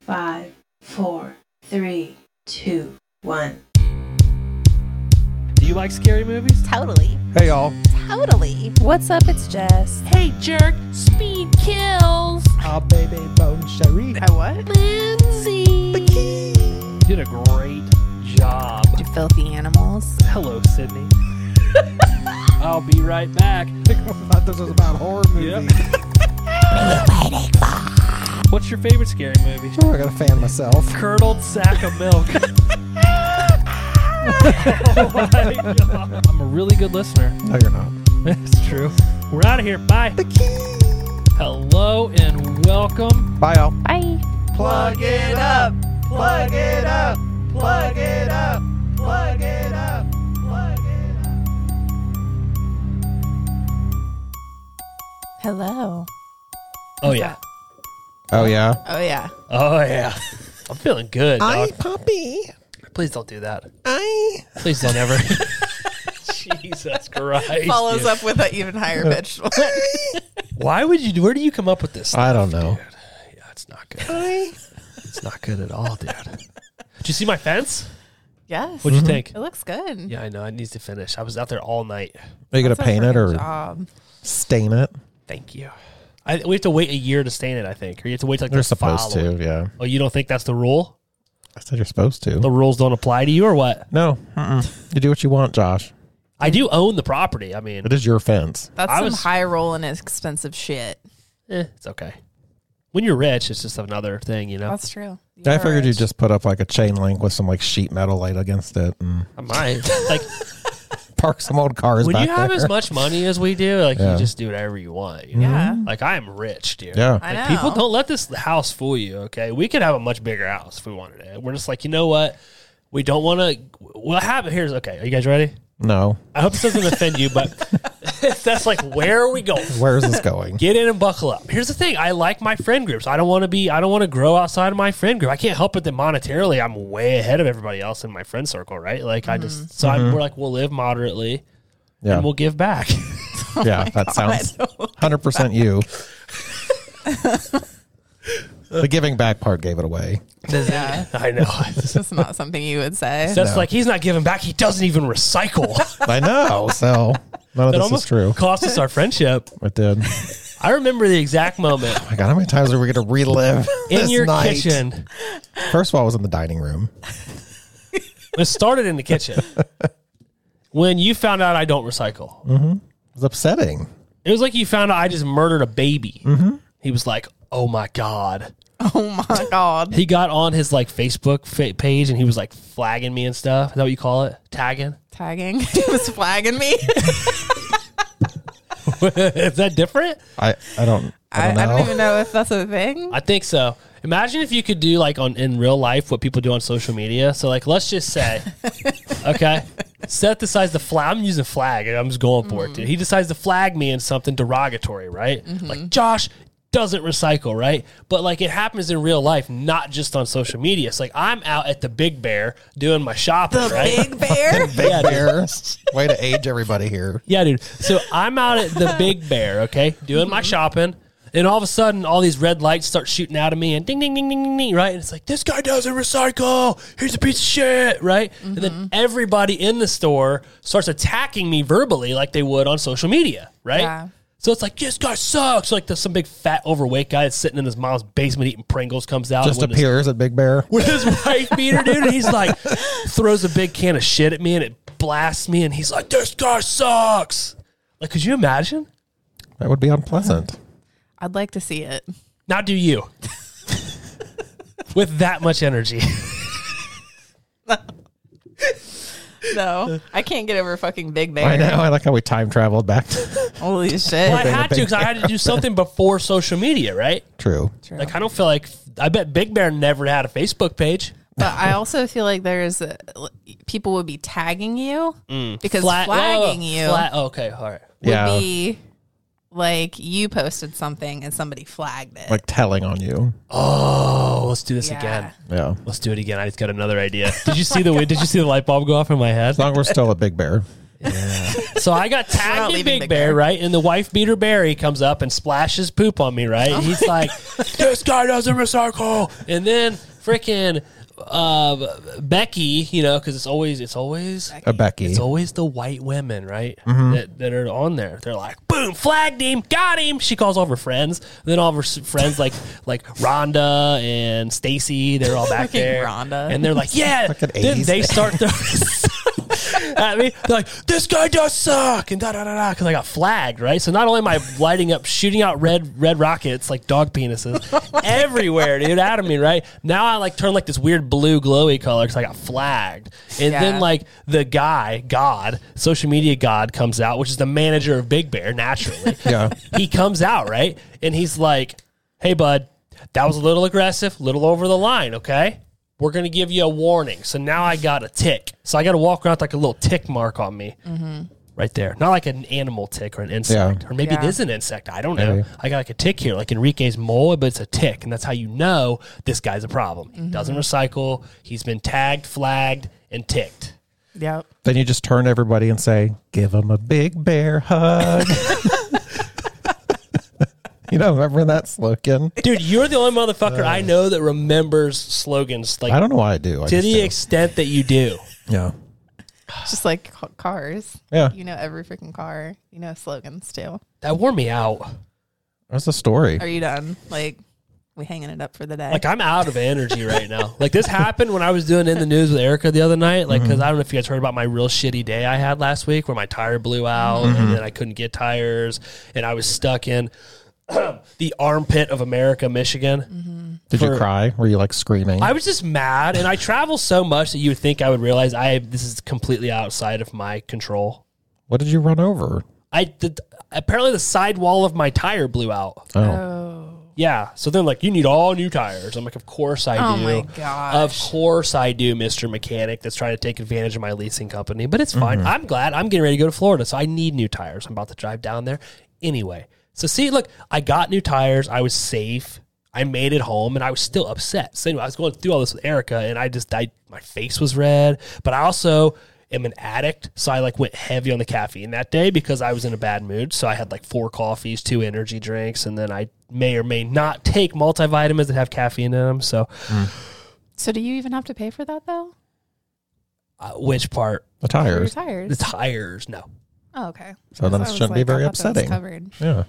five, four, three, two, one. Do you like scary movies? Totally. Hey, y'all. Totally. What's up? It's Jess. Hey, jerk. Speed kills. Ah, Oh, baby, bone cherie. I what? Lindsay. Did a great job. You filthy animals. Hello, Sydney. I'll be right back. thought this was about horror movies. What's your favorite scary movie? Oh, I gotta fan myself. Curdled sack of milk. Oh my God. I'm a really good listener. No, you're not. That's true. We're out of here. Bye. Hello and welcome. Bye, y'all. Bye. Plug it up. Plug it up. Plug it up. Plug it up. Plug it up. Hello. Oh yeah. Oh, yeah. Oh yeah. Oh yeah. I'm feeling good. I, dog. Poppy. Please don't do that. I. Please don't ever. Jesus Christ. Follows dude. up with an even higher pitched one. Why would you? Where do you come up with this? I don't know. Yeah, Ah, it's not good. It's not good at all, dude. Mm-hmm. Did you see my fence? yes. What'd you think? It looks good. Yeah, I know. It needs to finish. I was out there all night. Are you gonna That's a paint it freaking or job. stain it? Thank you. I, we have to wait a year to stain it. I think, or you have to wait till like You're the supposed following- to, yeah. Oh, you don't think that's the rule? I said you're supposed The to. rules don't apply to you, or what? No. Mm-mm. You do what you want, Josh. I do own the property. I mean, It is your fence. That's I some was- high roll and expensive shit. eh, it's okay. When you're rich, it's just another thing, you know. That's true. I figured you'd just put up like a chain link with some like sheet metal laid against it and I might like park some old cars when back you have there. as much money as we do, like Yeah. you just do whatever you want. You know? Yeah. Like I am rich, dude. yeah. I Like, know. people don't let this house fool you. Okay, we could have a much bigger house if we wanted it. We're just like, you know what? We don't want to. We'll have it. Here's okay. Are you guys ready? no. I hope this doesn't offend you, but that's like where are we going? Where is this going? Get in and buckle up. Here's the thing: I like my friend groups. I don't want to be. I don't want to grow outside of my friend group. I can't help it that monetarily, I'm way ahead of everybody else in my friend circle, right? Like I just so Mm-hmm. I'm, we're like we'll live moderately Yeah. and we'll give back. yeah. That sounds 100% you. the giving back part gave it away. Yeah. I know. That's not something you would say. That's like he's not giving back. He doesn't even recycle. I know. So none that of this is almost true. cost us our friendship. It did. I remember the exact moment My God, how many times are we going to relive in this your night? kitchen. First of all, I was in the dining room. It started in the kitchen when you found out I don't recycle. Mm-hmm. It was upsetting. It was like you found out I just murdered a baby. Mm-hmm. He was like, "Oh my god!" oh my god. He got on his like Facebook fa- page and he was like flagging me and stuff. Is that what you call it? Tagging? Tagging. He was flagging me. Is that different? I, I don't. I I, don't know. I don't even know if that's a thing. I think so. Imagine if you could do like on in real life what people do on social media. So like, let's just say, okay, Seth decides to flag. I'm using flag. I'm just going for it, dude. Mm-hmm. He decides to flag me in something derogatory, right? Like Josh doesn't recycle, right? But like it happens in real life, not just on social media. It's like I'm out at the Big Bear doing my shopping, the right? big bear. Big bear. Way to age everybody here. Yeah, dude. So I'm out at the Big Bear, okay, doing my shopping, and all of a sudden, all these red lights start shooting out of me, and ding, ding, ding, ding, ding, ding, right? And it's like this guy doesn't recycle. He's a piece of shit, right? And then everybody in the store starts attacking me verbally, like they would on social media, right? Yeah. So it's like this guy sucks. Like there's some big fat overweight guy that's sitting in his mom's basement eating Pringles comes out Just with his- appears at Big Bear. with his wife beater, dude. And he's like, throws a big can of shit at me and it blasts me. And he's like, this guy sucks. Like, could you imagine? That would be unpleasant. I'd like to see it. Now do you. with that much energy. No, I can't get over fucking Big Bear. I know. I like how we time traveled back. Holy shit. I had to Big because I had to do something before social media, right? True. Like, I don't feel like, I bet Big Bear never had a Facebook page. But I also feel like there's uh, l- people would be tagging you because Mm. Flat- whoa, whoa, flagging you Flat, oh, okay, all right. would Yeah. be like you posted something and somebody flagged it. Like telling on you. Oh, let's do this Yeah. Oh again. Yeah. Let's do it again. I just got another idea. Did you see the did you see the light bulb go off in my head? As long as we're still at Big Bear. So I got not tagged in leaving Big Big Bear, Bear. right? And the wife beater Barry comes up and splashes poop on me, right? And he's like, this guy doesn't recycle. And then freaking uh, Becky, you know, because it's always, it's always, A Becky. Mm-hmm. it's always the white women, right? That, that are on there. They're like, boom, flagged him, got him. She calls all of her friends. Then all of her s- friends, like like Rhonda and Stacy, they're all back Fucking there. Rhonda. And they're like, yeah. Fucking Then 80s. they start their. I mean, they're like, this guy does suck, and da da da da, because I got flagged, right? So not only am I lighting up, shooting out red red rockets like dog penises Oh everywhere, dude, out of me, right? Now I like turn like this weird blue glowy color because I got flagged, and then Yeah. like the guy, God, social media God, comes out, which is the manager of Big Bear, naturally. Yeah. he comes out right, and he's like, "Hey, bud, that was a little aggressive, little over the line. Okay, we're gonna give you a warning." So now I got a tick. So I got to walk around with like a little tick mark on me. Right there, not like an animal tick or an insect, Mm-hmm. Yeah. or maybe it Yeah. is an insect. I don't know. Maybe. I got like a tick here, like Enrique's mole, but it's a tick, and that's how you know this guy's a problem. He doesn't recycle. He's been tagged, flagged, and ticked. Yep. Then you just turn to everybody and say, "Give him a big bear hug." you don't remember that slogan? Dude, you're the only motherfucker I know that remembers slogans like Uh. I don't know why I do. I to just the do. extent that you do. yeah, It's just like ca- cars. yeah. You know every freaking car. You know slogans too. That wore me out. That's the story. Are you done? Like we hanging it up for the day. Like I'm out of energy right now. Like this happened when I was doing in the news with Erica the other night. Like Mm-hmm. because I don't know if you guys heard about my real shitty day I had last week where my tire blew out and Mm-hmm. then I couldn't get tires and I was stuck in the armpit of America, Michigan. Did for- you cry? Were you like screaming? I was just mad, and I travel so much that you would think I would realize I this is completely outside of my control. what did you run over? I did, apparently the side wall of my tire blew out. Oh, oh. Yeah, so they're like, you need all new tires. I'm like, of course I Oh do. my gosh. Of course I do, Mister Mechanic. That's trying to take advantage of my leasing company, but it's fine. I'm glad. I'm getting ready to go to Florida, so I need new tires. I'm about to drive down there anyway. So see, look, I got new tires. I was safe. I made it home, and I was still upset. So anyway, I was going through all this with Erica, and I just, I, my face was red, but I also am an addict, so I like went heavy on the caffeine that day because I was in a bad mood. So I had like four coffees, two energy drinks, and then I may or may not take multivitamins that have caffeine in them. So So do you even have to pay for that though? uh, which part? the For your tires. The tires. tires? No, Oh, okay. So then I it was shouldn't be very I thought that was upsetting. Covered. Yeah.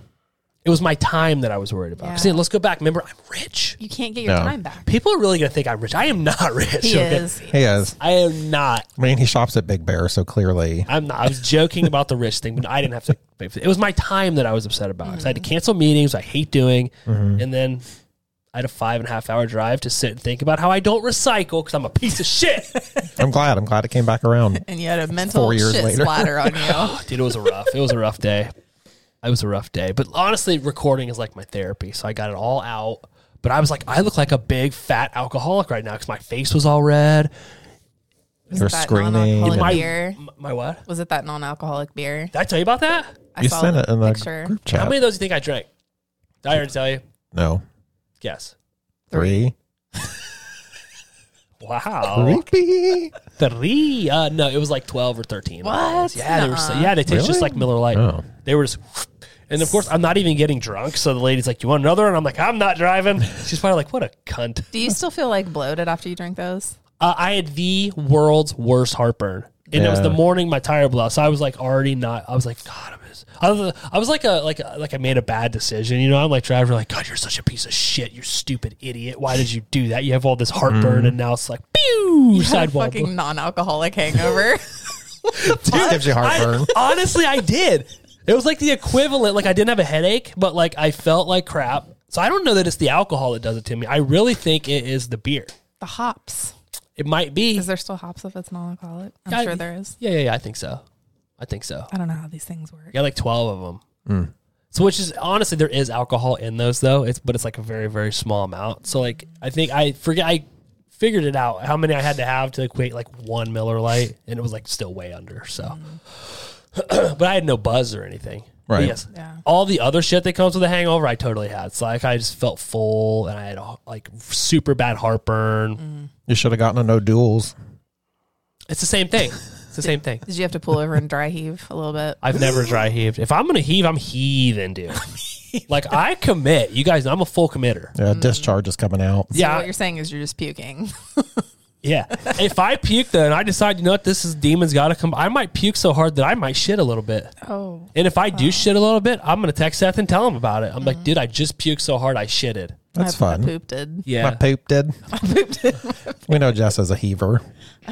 it was my time that I was worried about. Yeah. See, let's go back. Remember, I'm rich. You can't get your No. time back. People are really gonna think I'm rich. I am not rich. He is. He is. I am not. I mean, he shops at Big Bear, so clearly. I'm not. I was joking about the rich thing, but I didn't have to. pay for It It was my time that I was upset about. 'cause I had to Mm-hmm. cancel meetings I hate doing, and then I had a five and a half hour drive to sit and think about how I don't recycle because I'm a piece of shit. I'm glad. I'm glad it came back around. And you had a mental Four years shit later. splatter on you. Dude, it was a rough. It was a rough day. It was a rough day. But honestly, recording is like my therapy, so I got it all out. But I was like, I look like a big fat alcoholic right now because my face was all red. Was You're it that screaming. non-alcoholic My beer? m- my what? Was it that non-alcoholic beer? Did I tell you about that? I you saw sent it in the picture. group How chat. many of those do you think I drank? Did I already tell you? no, Guess. three. Wow. Creepy. Three. Uh, no, it was like 12 or 13. What? Yeah, they were so, Nuh-uh. yeah, they taste just Really? like Miller Lite. Oh. They were just, and of course, I'm not even getting drunk. So the lady's like, "You want another?" And I'm like, "I'm not driving." She's probably like, "What a cunt." Do you still feel like bloated after you drink those? Uh, I had the world's worst heartburn, and it was Yeah. the morning my tire blew out. So I was like already not. I was like, God, I'm. just-" I was, I was like a like a, like I made a bad decision. You know, I'm like driver like God, you're such a piece of shit. You stupid idiot. Why did you do that? You have all this heartburn, and now it's like, pew, You had a sidewall. fucking non-alcoholic hangover. It gives you heartburn. I, honestly, I did. It was like the equivalent. Like I didn't have a headache, but like I felt like crap. So I don't know that it's the alcohol that does it to me. I really think it is the beer. the hops. It might be. Is there still hops if it's non-alcoholic? I'm I- sure there is. yeah, yeah, yeah. I think so. I think so. I don't know how these things work. Yeah, like twelve of them. So, which is honestly, there is alcohol in those though. It's but it's like a very very small amount. So, like I think I forget I figured it out how many I had to have to equate like one Miller Light, and it was like still way under. So, but I had no buzz or anything. But Right. Yes. Yeah. All the other shit that comes with a hangover, I totally had. So like I just felt full, and I had like super bad heartburn. You should have gotten a no duels. It's the same thing. It's the same thing. Did you have to pull over and dry heave a little bit? I've never dry heaved. If I'm gonna heave, I'm heaving, dude. like I commit. You guys, know I'm a full committer. Yeah, discharge is coming out. So Yeah, what you're saying is you're just puking. yeah. If I puke, then I decide, you know what, this is demons got to come. I might puke so hard that I might shit a little bit. Oh. Mm-hmm. And if I do shit a little bit, I'm gonna text Seth and tell him about it. I'm like, dude, I just puked so hard I shitted. That's I, I fun. pooped it. My Yeah, poop did. We know Jess is a heaver.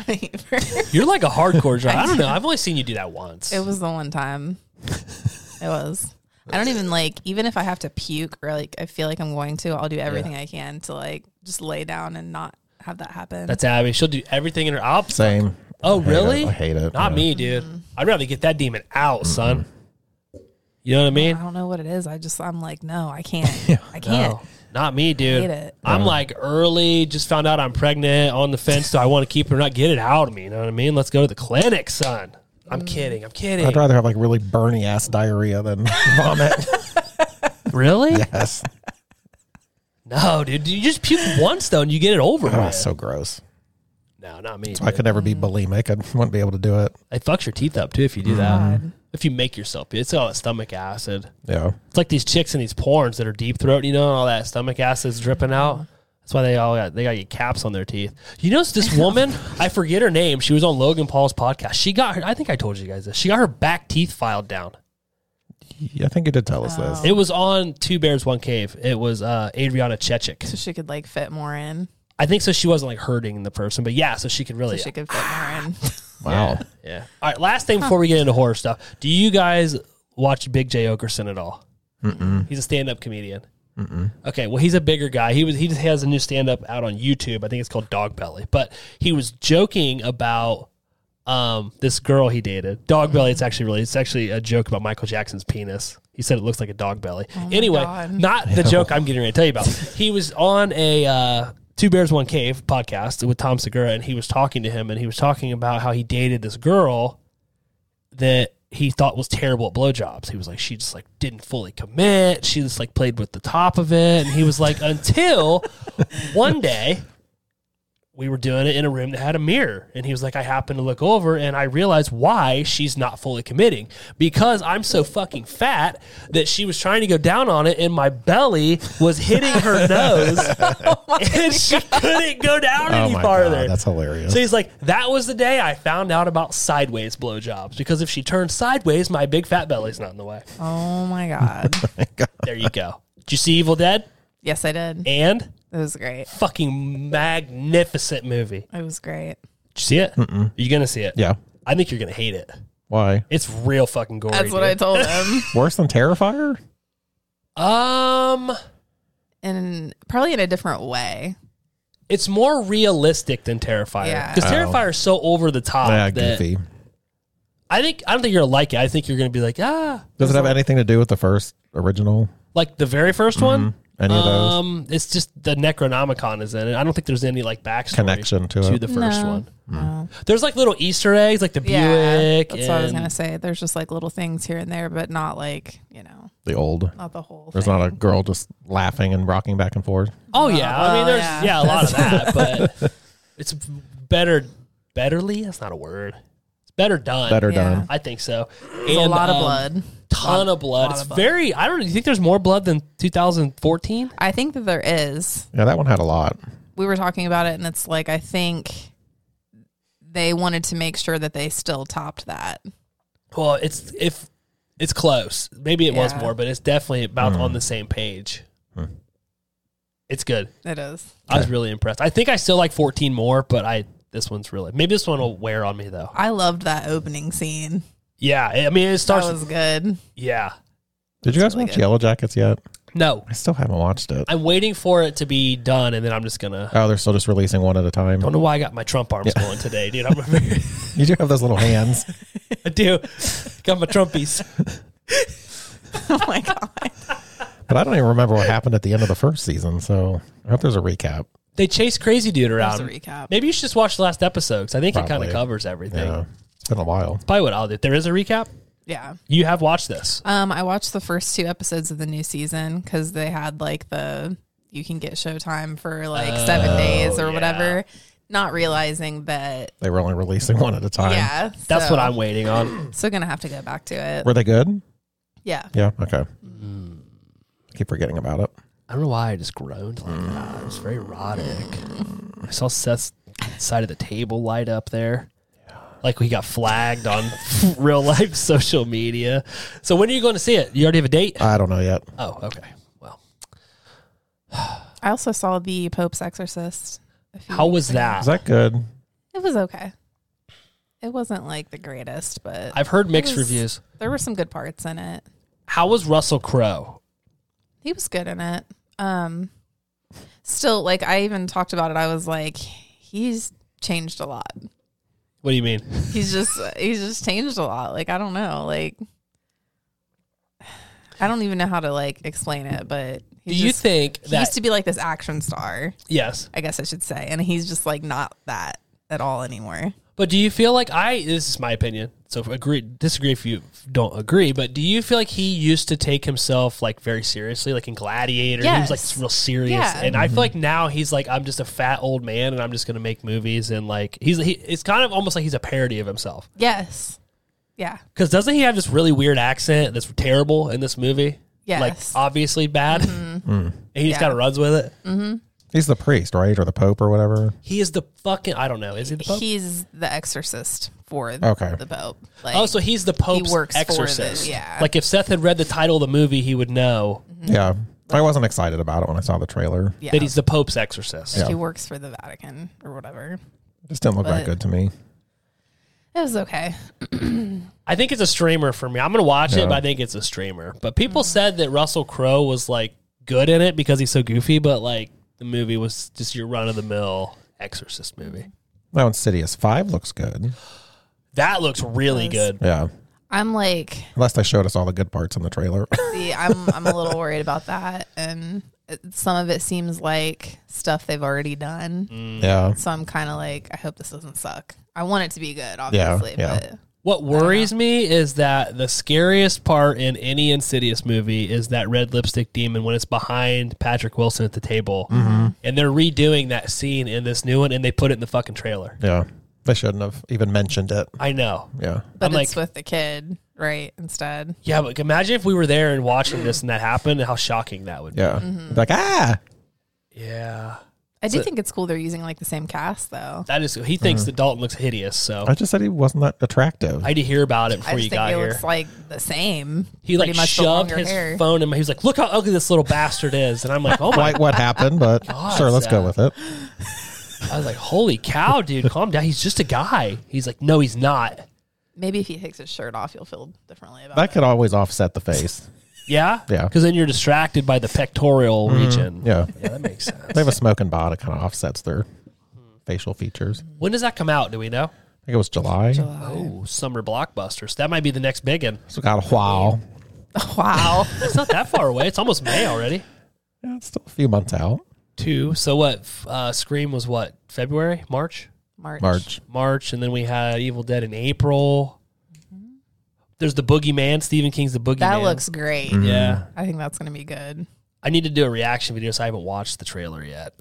it you're like a hardcore driver. I don't know. I've only seen you do that once. was the one time. It was. I don't even like, even if I have to puke or like I feel like I'm going to, I'll do everything I can to like just lay down and not have that happen. That's Abby. She'll do everything in her opposite. Same. Oh, I hate really? it. I hate it. Not Yeah. me, dude. I'd rather get that demon out, son. You know what I mean? I don't know what it is. I just, I'm like, no, I can't. I can't. No, Oh. not me, dude. Hate it. I'm like early, just found out I'm pregnant, on the fence. Do I want to keep it or not? Get it out of me. You know what I mean? Let's go to the clinic, son. I'm Mm. kidding. I'm kidding. I'd rather have like really burny ass diarrhea than vomit. really? yes. No, dude. You just puke once though, and you get it over Oh, with. it's so gross. no, not me. I Dude. could never be bulimic. I wouldn't be able to do it. It fucks your teeth up too if you Mm. do that. If you make yourself, dude. it's all that stomach acid. Yeah. It's like these chicks in these porns that are deep throat, you know, and all that stomach acid's dripping out. That's why they all got they got your caps on their teeth. You notice this woman, I forget her name. She was on Logan Paul's podcast. She got her. I think I told you guys this. She got her back teeth filed down. Yeah, I think you did tell us this. It was on Two Bears One Cave. It was uh, Adriana Chechik. So she could like fit more in. I think so. She wasn't like hurting the person, but Oh, yeah, so she could really. So she could fit more in. Wow. Oh. yeah. All right. Last thing before we get into horror stuff, do you guys watch Big J Okerson at all? He's a stand-up comedian. Okay, well, he's a bigger guy. He was he just has a new stand-up out on YouTube. I think it's called Dog Belly. But he was joking about um, this girl he dated. Dog Belly. It's actually really it's actually a joke about Michael Jackson's penis. He said it looks like a dog belly. anyway, God. not the joke I'm getting ready to tell you about. He was on a uh, Two Bears One Cave podcast with Tom Segura, and he was talking to him, and he was talking about how he dated this girl that he thought was terrible at blowjobs. He was like, she just like didn't fully commit. She just like played with the top of it. And he was like, until one day we were doing it in a room that had a mirror. And he was like, I happened to look over and I realized why she's not fully committing because I'm so fucking fat that she was trying to go down on it and my belly was hitting her nose and she couldn't go down Oh any my farther. Oh God, that's hilarious. So he's like, that was the day I found out about sideways blowjobs because if she turns sideways, my big fat belly's not in the way. oh my God. There you go. Did you see Evil Dead? Yes, I did. It And was great. fucking magnificent movie. Did It was great. you see it? Are you gonna see it? Hmm. yeah. I think you're gonna hate it. Why? It's real fucking gory. That's what I told him. Worse than Terrifier? I told. Um, and probably in a different way. it's more realistic than Terrifier Yeah. because Oh. Terrifier is so over the top. yeah, Ah, that- goofy. I think I don't think you're gonna like it. I think you're gonna be like, ah, Does it have anything to do with the first original? like the very 1st one. Any of those? Um, it's just the Necronomicon is in it. I don't think there's any like backstory Connection to to it. the first No. one. No. There's like little Easter eggs, like the Uh, Yeah, Hmm. Buick. that's what I was and- gonna say. There's just like little things here and there, but not like you know, The old. not the whole. There's thing. not a girl just laughing and rocking back and forth. Oh yeah, I mean well, there's yeah, yeah. a lot of that, but it's better, betterly. That's not a word. It's better done. Better Yeah. done. I think so. There's a lot of um, blood. Ton of blood. lot It's of blood. very. I don't. You think there's more blood than 2014? I think that there is. Yeah, that one had a lot. We were talking about it, and it's like I think they wanted to make sure that they still topped that. Well, it's if it's close. Maybe it was Yeah. more, but it's definitely about Mm. on the same page. Hmm. It's good. It is. I was really impressed. I think I still like 14 more, but I this one's really maybe this one will wear on me though. I loved that opening scene. Yeah, I- I mean it That starts. was good. yeah, Did you guys really watch good. Yellow Jackets yet? no, I still haven't watched it. I'm waiting for it to be done, and then I'm just gonna. Oh, they're still just releasing one at a time. I don't know why I got my Trump arms going today, dude. I'm You do have those little hands. I do got my Trumpies. oh my god! But I don't even remember what happened at the end of the first season, so I hope there's a recap. They chase crazy dude That was a around. recap. Maybe you should just watch the last episode because I think it kind Probably. of covers everything. Yeah. It's been a while. Probably what I'll do. There is a recap. Yeah. You have watched this. Um, I watched the first two episodes of the new season because Oh, they had like the you can get Showtime for like seven days or yeah. whatever. not realizing that. They were only releasing one at a time. Yeah, That's so- what I'm waiting on. So gonna have to go back to it. Were they good? Yeah, Yeah. Okay. Mm. Keep forgetting about it. I don't know why I just groaned like that. It was very erotic. I saw Seth's side of the table light up there. Like we got flagged on real life social media. So when are you going to see it? You already have a date? I don't know yet. Oh, okay. Well, I also saw the Pope's Exorcist. a few how weeks was ago. that? Is that good? It was okay. It wasn't like the greatest, but I've heard mixed It was- reviews. there were some good parts in it. How was Russell Crowe? He was good in it. Um, still, like I even talked about it. I was like, he's changed a lot. What do you mean? He's just he's just changed a lot. Like I don't know. Like I don't even know how to like explain it. But Do he you just- think he that used to be like this action star? yes? I guess I should say, and he's just like not that at all anymore. But do you feel like I? This is my opinion. So if agree, disagree if you don't agree. But do you feel like he used to take himself like very seriously, like in Gladiator? He was Yes. like real serious, Yeah. and I feel like now he's like I'm just a fat old man, and I'm just gonna make movies, and like he's he, it's kind of almost like he's a parody of himself. Yes. Yeah. Because doesn't he have this really weird accent that's terrible in this movie? like Yes. Mm-hmm. obviously bad. And he just Yeah. kind of runs with it. He's the priest, right, or the pope, or whatever. He is the fucking I don't know. Is he the pope? He's the exorcist for the, Okay. the Pope. Like, oh, so he's the pope's works for the- exorcist. yeah. Like if Seth had read the title of the movie, he would know Yeah. I wasn't excited about it when I saw the trailer. Mm-hmm. yeah. that he's the pope's exorcist. Yeah. He works for the Vatican or whatever. Just didn't look But- that good to me. It was okay. I think it's a streamer for me. I'm gonna watch Yeah. it, but I think it's a streamer. But people said that Russell Crowe was like good in it because he's so goofy, but like the movie was just your run of the mill exorcist movie. Now Insidious Five looks good. That looks really Yes. good. Yeah. I'm like, Unless they showed us all the good parts in the trailer. see, I'm I'm a little worried about that, and it, some of it seems like stuff they've already done. Mm. yeah. So I'm kind of like, I hope this doesn't suck. I want it to be good, obviously, yeah. but What worries me is that the scariest part in any Insidious movie is that red lipstick demon when it's behind Patrick Wilson at the table. And they're redoing that scene in this new one and they put it in the fucking trailer. Yeah. They shouldn't have even mentioned it. I know. Yeah. but I'm it's like- with the kid, right? Instead, Yeah, but imagine if we were there and watching this and that happened and how shocking that would be. Yeah. Like, ah. Yeah. I do So- think it's cool they're using like the same cast though. That is he thinks that Dalton looks hideous, so I just said he wasn't that attractive. I had to hear about it I before just you think got it here. looks like the same. he like pretty much the shoved longer his hair. phone in my he was like, Look how ugly this little bastard is and I'm like, Oh my Quite what happened, but sure, let's go with it. I was like, Holy cow, dude, calm down. He's just a guy. He's like, No, he's not. Maybe if he takes his shirt off, you'll feel differently about That it. could always offset the face. Yeah, Yeah. Because then you're distracted by the pectoral region. Yeah. yeah, that makes sense. They have a smoking bod. It kind of offsets their Mm-hmm. facial features. when does that come out? Do we know? I think it was July. Oh, summer blockbusters. That might be the next big one. So got a while. Wow. It's not that far away. It's almost May already. Yeah, it's still a few months out. Two. So what? f- Uh, Scream was what? February, March, March. March. March, and then we had Evil Dead in April. There's the Boogeyman. Stephen King's the Boogeyman. That looks great. Mm-hmm. Yeah, I think that's going to be good. I need to do a reaction video, so I haven't watched the trailer yet.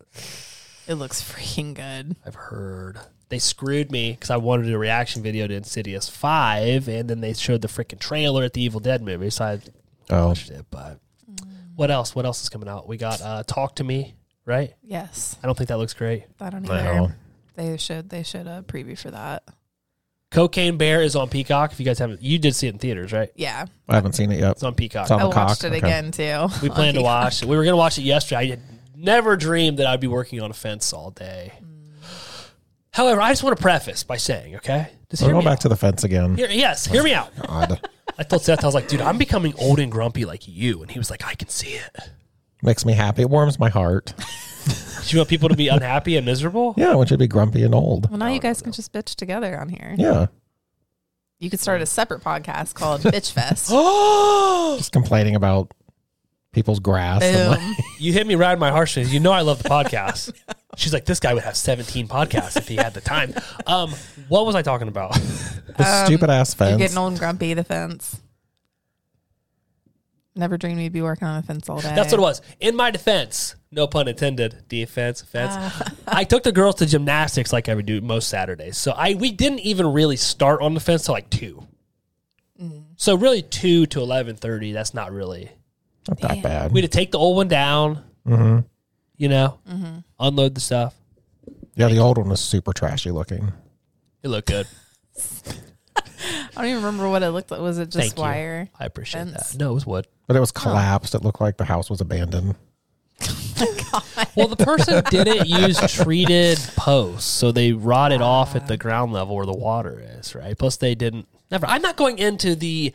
It looks freaking good. I've heard. They screwed me because I wanted to do a reaction video to Insidious 5, and then they showed the freaking trailer at the Evil Dead movie, so I Oh, watched it. But what else? What else is coming out? We got uh, Talk to Me, right? Yes. I don't think that looks great. I don't No. either. They should they should uh, preview for that. Cocaine Bear is on Peacock. If you guys haven't, you did see it in theaters, right? Yeah. I haven't seen it yet. It's on Peacock. It's on- I the watched cock, it okay. again too. we on planned to Peacock. watch it. We were going to watch it yesterday. I had never dreamed that I'd be working on a fence all day. Mm. However, I just want to preface by saying, okay, just So hear go me back out. to the fence again. Here- yes, hear me out. God. I told Seth, I was like, dude, I'm becoming old and grumpy like you. And he was like, I can see it. Makes me happy. It warms my heart. Do you want people to be unhappy and miserable? Yeah, I want you to be grumpy and old. Mm-hmm. Well, now Oh, you guys can just bitch together on here. Yeah. You could start a separate podcast called Bitch Fest. Just complaining about people's grass. And like, Boom. You hit me right in my heartstrings. You know I love the podcast. She's like, this guy would have 17 podcasts if he had the time. Um, what was I talking about? the stupid ass You're fence. getting old and grumpy. The fence. Never dreamed we'd be working on a fence all day. That's what it was. In my defense, no pun intended, defense, offense. I took the girls to gymnastics like I would do most Saturdays. So I we didn't even really start on the fence till like two. So really two to eleven thirty. That's not really. Not that bad. We had to take the old one down. You know, unload the stuff. yeah, the old one was super trashy looking. It looked good. I don't even remember what it looked like. Was it just Thank you. wire? I appreciate Fence. that. No, it was wood. But it was collapsed. It looked like the house was abandoned. Well, the person didn't use treated posts, so they rotted off at the ground level where the water is, right? Plus, they didn't. Never. I'm not going into the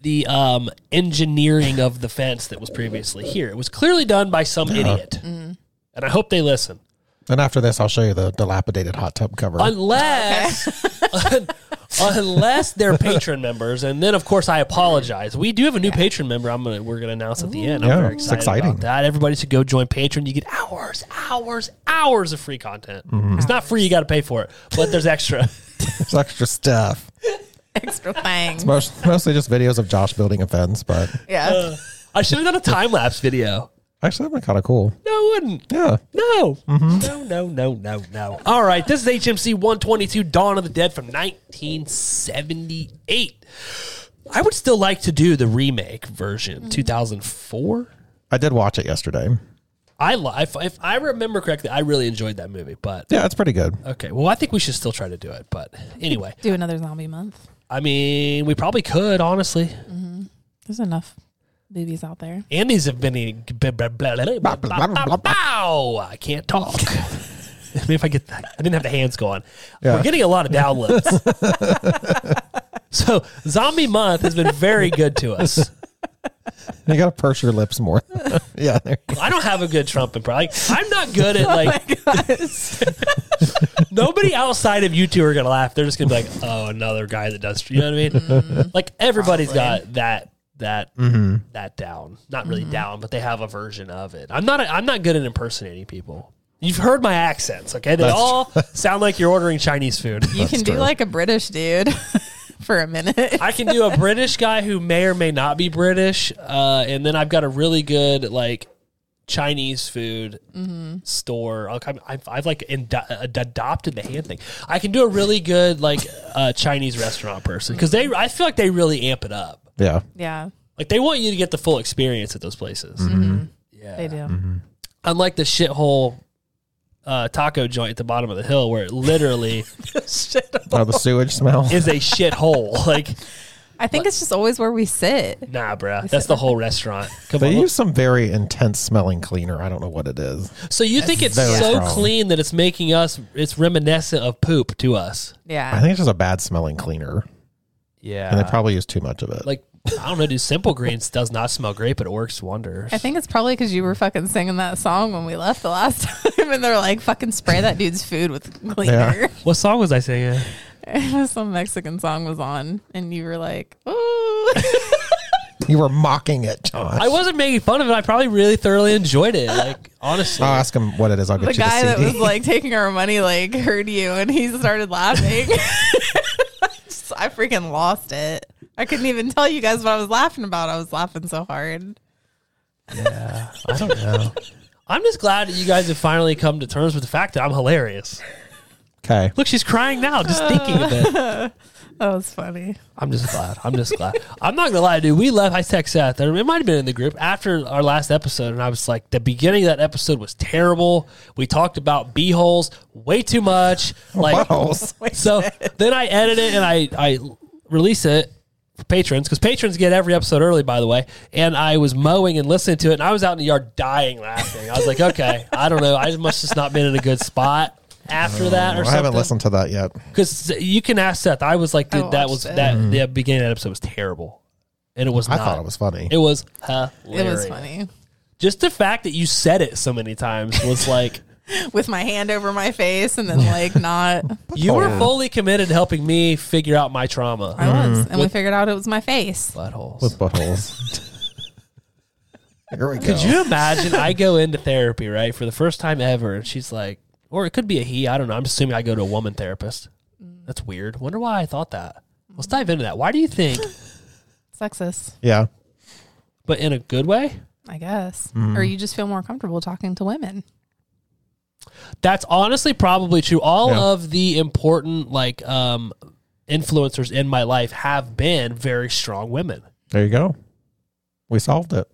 the um, engineering of the fence that was previously here. It was clearly done by some idiot, and I hope they listen. And after this, I'll show you the dilapidated hot tub Oh, cover. Unless, un- unless they're patron members, and then of course I apologize. We do have a new patron member. I'm gonna we're gonna announce at the end. I'm Yeah, very it's excited exciting. about that. Everybody should go join Patreon. You get hours, hours, hours of free content. Mm-hmm. It's not free. You got to pay for it, but there's extra. There's extra stuff. Extra thing. Most, mostly just videos of Josh building a fence, but yeah. Uh, I should have done a time lapse video. actually, that'd be kind of cool. No, I wouldn't. Yeah. No. No, no, no, no, no. All right. This is HMC 122 Dawn of the Dead from 1978. I would still like to do the remake version, 2004. I did watch it yesterday. I li- if, if I remember correctly, I really enjoyed that movie, but Yeah, it's pretty good. okay. Well, I think we should still try to do it, but anyway. Do another zombie month. I mean, we probably could, honestly. There's enough movies out there. And these have been eating. blah, blah, blah, blah, blah, blah, blah, bow. I can't talk. I mean, if I get that, I didn't have the hands going. We're Yeah. getting a lot of downloads. so, Zombie Month has been very good to us. You got to purse your lips more. yeah. there- I don't have a good Trump impression. Like, I'm not good Oh at like. nobody outside of you two are gonna laugh. They're just gonna be like, "Oh, another guy that does." You know what I mean? like everybody's got that that that down. Not really down, but they have a version of it. I'm not. A, I'm not good at impersonating people. You've heard my accents, okay? They all sound like you're ordering Chinese food. You can do true. like a British dude for a minute. I can do a British guy who may or may not be British, uh, and then I've got a really good like Chinese food store. I'll come- I've, I've like ind- ad- adopted the hand thing. I can do a really good like uh, Chinese restaurant person because they. I feel like they really amp it up. Yeah. Yeah, Like they want you to get the full experience at those places. Mm-hmm. Yeah, they do. unlike the shithole. Uh, taco joint at the bottom of the hill where it literally Oh, the sewage smell. is a shithole. Like, I think it's just always where we sit. nah, bruh, that's the whole restaurant. Come on, They look- use some very intense smelling cleaner. I don't know what it is. So you think it's very so strong. clean that it's making us it's reminiscent of poop to us. I Yeah, think it's just a bad smelling cleaner, Yeah. and they probably use too much of it. Uh, like I don't know, dude, Simple Greens does not smell great, but it works wonders. I think it's probably because you were fucking singing that song when we left the last time, and they're like, "Fucking spray that dude's food with cleaner." What song was I singing? Some Mexican song was on, and you were like, "Ooh." you were mocking it, Josh. I wasn't making fun of it. I probably really thoroughly enjoyed it. Like honestly. I'll ask him what it is. I'll get the you the guy CD. that was like taking our money like heard you and he started laughing Just- i freaking lost it i couldn't even tell you guys what i was laughing about i was laughing so hard I don't know. I'm just glad that you guys have finally come to terms with the fact that I'm hilarious. okay. Look, she's crying now, just thinking of it. that was funny I'm just glad. I'm just glad. I'm not gonna lie, dude. We left. I text Seth. It might have been in the group after our last episode, and I was like, the beginning of that episode was terrible. We talked about b holes way too much. Like, Buttholes. so then I edit it and I I release it for patrons because patrons get every episode early, by the way. And I was mowing and listening to it, and I was out in the yard dying laughing. I was like, okay, I don't know. I must just not been in a good spot after that or Oh, I something haven't listened to that yet. because you can ask Seth. I was like, I dude, Oh, that was watched it. that the beginning of that episode was terrible, and it was. Mm-hmm. I not. thought it was funny. It was it hilarious. was funny Just the fact that you said it so many times was like with my hand over my face and then like not you were fully committed to helping me figure out my trauma. i was and we figured out it was my face Buttholes. with buttholes. Here we go. Could you imagine? I go into therapy right for the first time ever, and she's like, or it could be a he. I don't know. I'm assuming I go to a woman therapist. That's weird. Wonder why I thought that. Let's dive into that. Why do you think sexist yeah. but in a good way. I guess. Or you just feel more comfortable talking to women. That's honestly probably true. All Yeah. of the important like um influencers in my life have been very strong women. There you go. We solved it.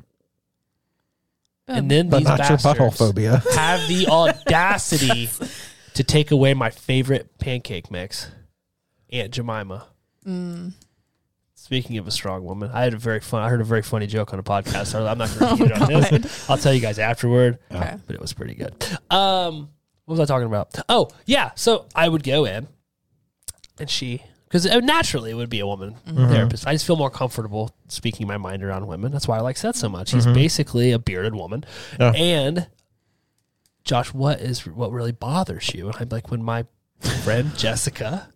And then But these not bastards your butthole phobia. have the audacity to take away my favorite pancake mix, Aunt Jemima. Speaking of a strong woman, I had a very fun. I heard a very funny joke on a podcast. so I'm not going to repeat it on this. I'll tell you guys afterward. Okay. But it was pretty good. Um, what was I talking about? Oh yeah, so I would go in, and she because naturally it would be a woman therapist. I just feel more comfortable speaking my mind around women. That's why I like Seth so much. He's basically a bearded woman, Yeah. and Josh, what is what really bothers you? And I'm like, when my friend Jessica,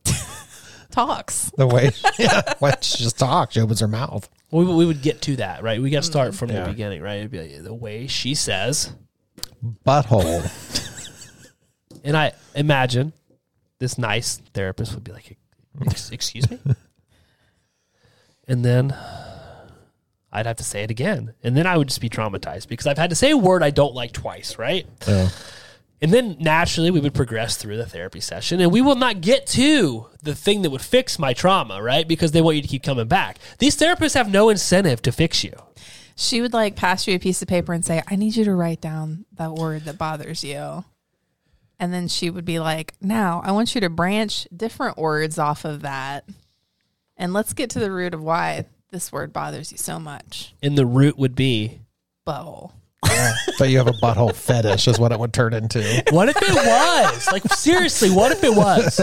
Talks. The way, yeah, what she just talks, she opens her mouth. we, we would get to that, right? We got to start from Yeah. the beginning, right? It'd be like, the way she says, Butthole. and I imagine this nice therapist would be like, "Ex- excuse me? and then I'd have to say it again. And then I would just be traumatized because I've had to say a word I don't like twice, right? Yeah. And then naturally, we would progress through the therapy session, and we will not get to the thing that would fix my trauma, right? Because they want you to keep coming back. These therapists have no incentive to fix you. She would like pass you a piece of paper and say, I need you to write down that word that bothers you. And then she would be like, Now I want you to branch different words off of that. And let's get to the root of why this word bothers you so much. And the root would be Butthole. So you have a butthole fetish, is what it would turn into. what if it was? like, seriously, what if it was?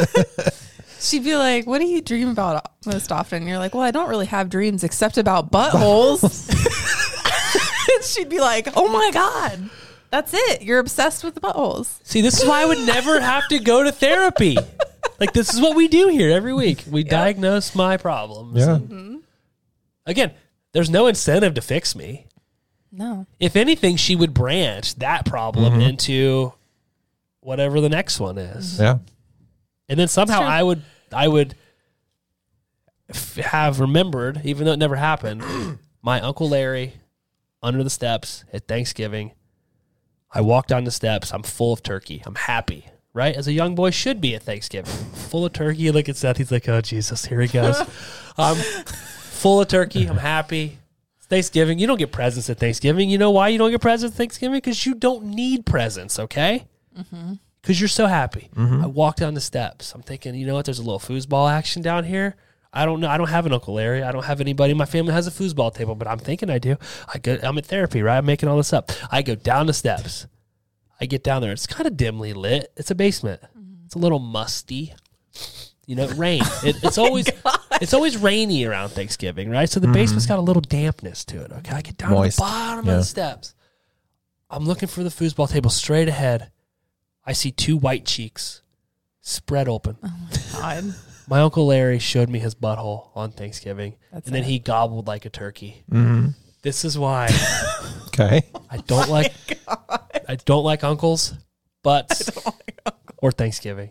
She'd be like, What do you dream about most often? And you're like, Well, I don't really have dreams except about buttholes. And She'd be like, Oh my God. That's it. You're obsessed with the buttholes. See, this is why I would never have to go to therapy. Like, this is what we do here every week. We diagnose my problems. Yeah. Again, there's no incentive to fix me. No. If anything, she would branch that problem into whatever the next one is. Yeah. and then somehow true. I would I would f- have remembered, even though it never happened, my uncle Larry under the steps at Thanksgiving. I walk down the steps. I'm full of turkey. I'm happy, right? As a young boy should be at Thanksgiving, full of turkey. Look at Seth. He's like, "Oh Jesus, here he goes." I'm full of turkey. I'm happy. It's Thanksgiving. You don't get presents at Thanksgiving. You know why you don't get presents at Thanksgiving? Because you don't need presents. Okay because you're so happy. Mm-hmm. I walk down the steps. I'm thinking, you know what? There's a little foosball action down here. I don't know. I don't have an Uncle Larry. I don't have anybody. in My family has a foosball table, but I'm thinking I do. I go, I'm at therapy, right? I'm making all this up. I go down the steps. I get down there. It's kind of dimly lit. It's a basement. It's a little musty. You know, it rained. It, it's always it's always rainy around Thanksgiving, right? So the basement's got a little dampness to it. Okay, I get down Mm-hmm. Moist. to the bottom of Yeah. the steps. I'm looking for the foosball table straight ahead. I see two white cheeks spread open. Oh God. My uncle Larry showed me his butthole on Thanksgiving, and then he gobbled like a turkey. This is why Okay. I Oh don't like I don't like uncles, butts, or Thanksgiving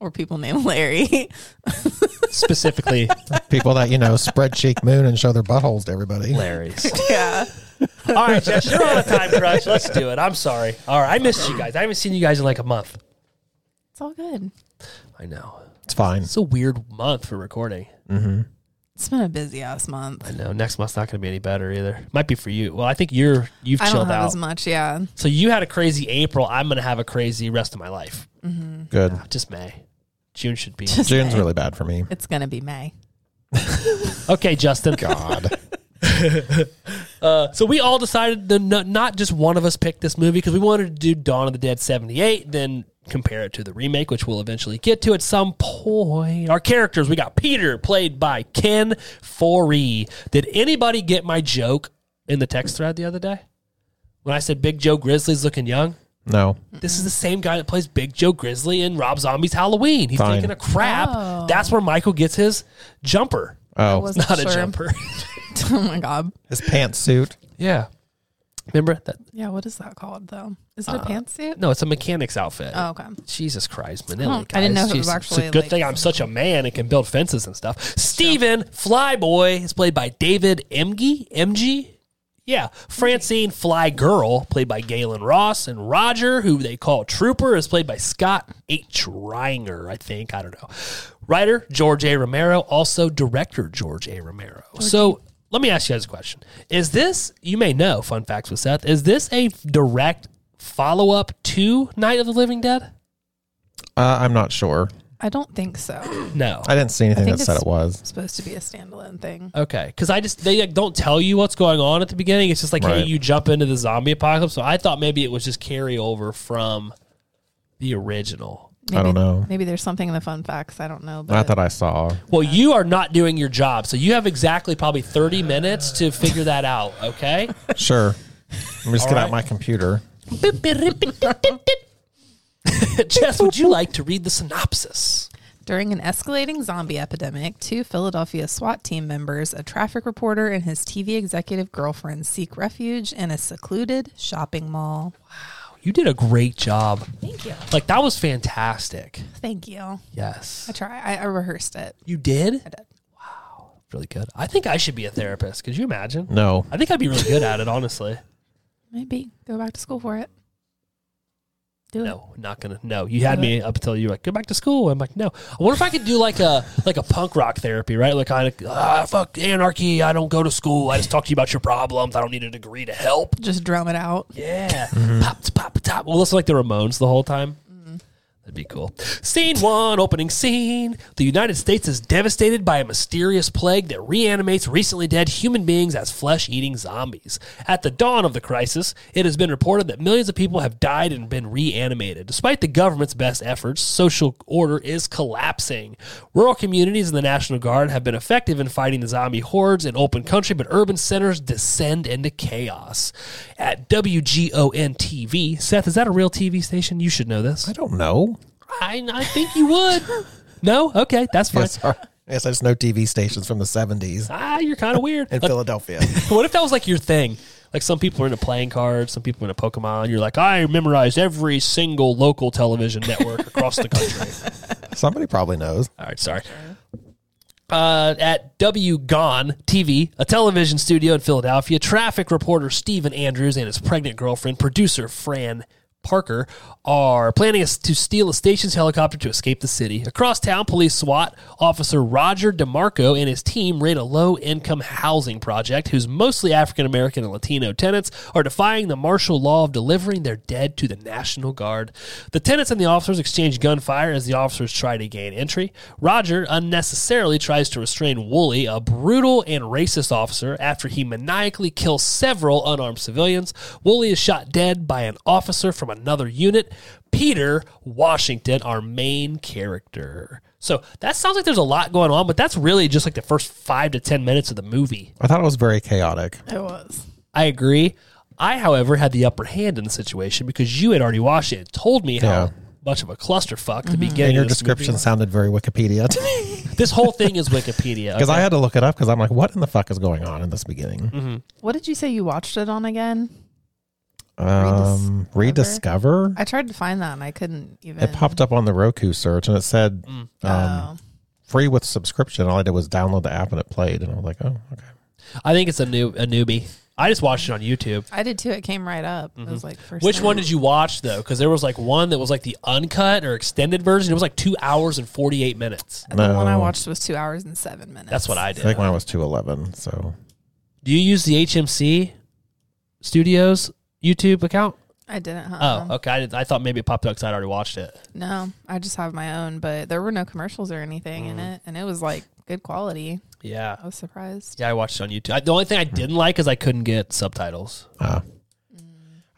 or people named Larry. specifically People that, you know, spread cheek moon and show their buttholes to everybody. Larry's. yeah. All right, Jess, you're on a time crunch. Let's do it. I'm sorry. All right, I missed you guys. I haven't seen you guys in like a month. It's all good. I know It's fine. it's a weird month for recording. It's been a busy ass month. I know next month's not going to be any better either. Might be for you. Well, I think you're you've I don't chilled have out. as much. Yeah. So you had a crazy April. I'm going to have a crazy rest of my life. Good. Just May. June should be. Just June's May. really bad for me. It's going to be May. okay, Justin. God. Uh, so we all decided to no, not just one of us picked this movie because we wanted to do Dawn of the Dead 78, then compare it to the remake, which we'll eventually get to at some point. Our characters, we got Peter, played by Ken Foree. Did anybody get my joke in the text thread the other day? When I said Big Joe Grizzly's looking young? No. This is the same guy that plays Big Joe Grizzly in Rob Zombie's Halloween. He's Fine. taking a crap. Oh. That's where Michael gets his jumper. I Oh, wasn't Not sure. a jumper. oh my God. his pantsuit. yeah. Remember that? Yeah. What is that called though? Is it a pantsuit? No, it's a mechanic's outfit. Oh, okay. Jesus Christ, man. don't- I didn't know if it was It's actually, a good like- thing I'm such a man and can build fences and stuff. Steven Flyboy is played by David Emge. MG? Yeah, Francine Fly Girl, played by Galen Ross, and Roger, who they call Trooper, is played by Scott H. Reiner, I think. I don't know. Writer George A. Romero, also director George A. Romero. So let me ask you guys a question. Is this, you may know, fun facts with Seth, is this a direct follow up to Night of the Living Dead? Uh, I'm not sure. I don't think so. No. I didn't see anything think that said it's- it was. It's supposed to be a standalone thing. Okay, because I just they like, don't tell you what's going on at the beginning. It's just like hey, Right. you jump into the zombie apocalypse. So I thought maybe it was just carryover from the original. I don't know. Maybe there's something in the fun facts. I don't know. But Not that I saw. Well, you are not doing your job, so you have exactly probably thirty minutes to figure that out. Okay. Sure. Let me just All get right. out my computer. Jess, would you like to read the synopsis? During an escalating zombie epidemic, two Philadelphia SWAT team members, a traffic reporter and his TV executive girlfriend, seek refuge in a secluded shopping mall. You did a great job. Thank you. Like that was fantastic. Thank you. Yes. I try. I, I rehearsed it. You did. I did. Wow, really good. I think I should be a therapist. Could you imagine? No. I think I'd be really good at it, honestly. Maybe go back to school for it. Do it. No, not gonna. No, you had me up until you were like, go back to school. I'm like, no. I wonder if I could do like a like a punk rock therapy, right? Like, I ah, fuck anarchy. I don't go to school. I just talk to you about your problems. I don't need a degree to help. Just drum it out. Yeah, pop to pop top. We'll listen like the Ramones the whole time. That'd be cool. Scene one, opening scene. The United States is devastated by a mysterious plague that reanimates recently dead human beings as flesh eating zombies. At the dawn of the crisis, it has been reported that millions of people have died and been reanimated. Despite the government's best efforts, social order is collapsing. Rural communities and the National Guard have been effective in fighting the zombie hordes in open country, but urban centers descend into chaos. At WGON TV, Seth, is that a real TV station? You should know this. I don't know. I, I think you would. no? Okay, that's fine. Yes, sorry. yes, I just know TV stations from the 70s Ah, you're kind of weird. in Like, Philadelphia. what if that was like your thing? Like some people are into playing cards, some people are into Pokemon. You're like, I memorized every single local television network across the country. Somebody probably knows. All right, sorry. Uh, at W Gone TV, a television studio in Philadelphia, traffic reporter Stephen Andrews and his pregnant girlfriend, producer Fran Parker, are planning us to steal a station's helicopter to escape the city. Across town, police SWAT officer Roger DeMarco and his team raid a low income housing project whose mostly African American and Latino tenants are defying the martial law of delivering their dead to the National Guard. The tenants and the officers exchange gunfire as the officers try to gain entry. Roger unnecessarily tries to restrain Woolley, a brutal and racist officer, after he maniacally kills several unarmed civilians. Woolley is shot dead by an officer from another unit, Peter Washington, our main character. So that sounds like there's a lot going on, but that's really just like the first five to 10 minutes of the movie. I thought it was very chaotic. It was. I agree. I, however, had the upper hand in the situation because you had already watched it and told me Yeah. how much of a clusterfuck the beginning And your of this movie description was. sounded very Wikipedia to me. This whole thing is Wikipedia. Because I okay? had to look it up because I'm like, what in the fuck is going on in this beginning? What did you say you watched it on again? Um, rediscover? I tried to find that and I couldn't even. It popped up on the Roku search and it said Mm. um, Oh. free with subscription. All I did was download the app and it played. And I was like, oh, okay. I think it's a new a newbie. I just watched it on YouTube. I did too. It came right up. It was like first. Mm-hmm. Which thing. one did you watch though? Because there was like one that was like the uncut or extended version. It was like two hours and forty eight minutes. The one I No. watched was two hours and seven minutes. That's what I I did. think mine was 211. So Do you use the HMC Studios YouTube account? I didn't. Huh? Oh, okay. I, did, I thought maybe it popped up because I'd already watched it. No, I just have my own, but there were no commercials or anything in Mm. it, and it was like good quality. Yeah. I was surprised. Yeah, I watched it on YouTube. I, the only thing I didn't like is I couldn't get subtitles. uh, Mm.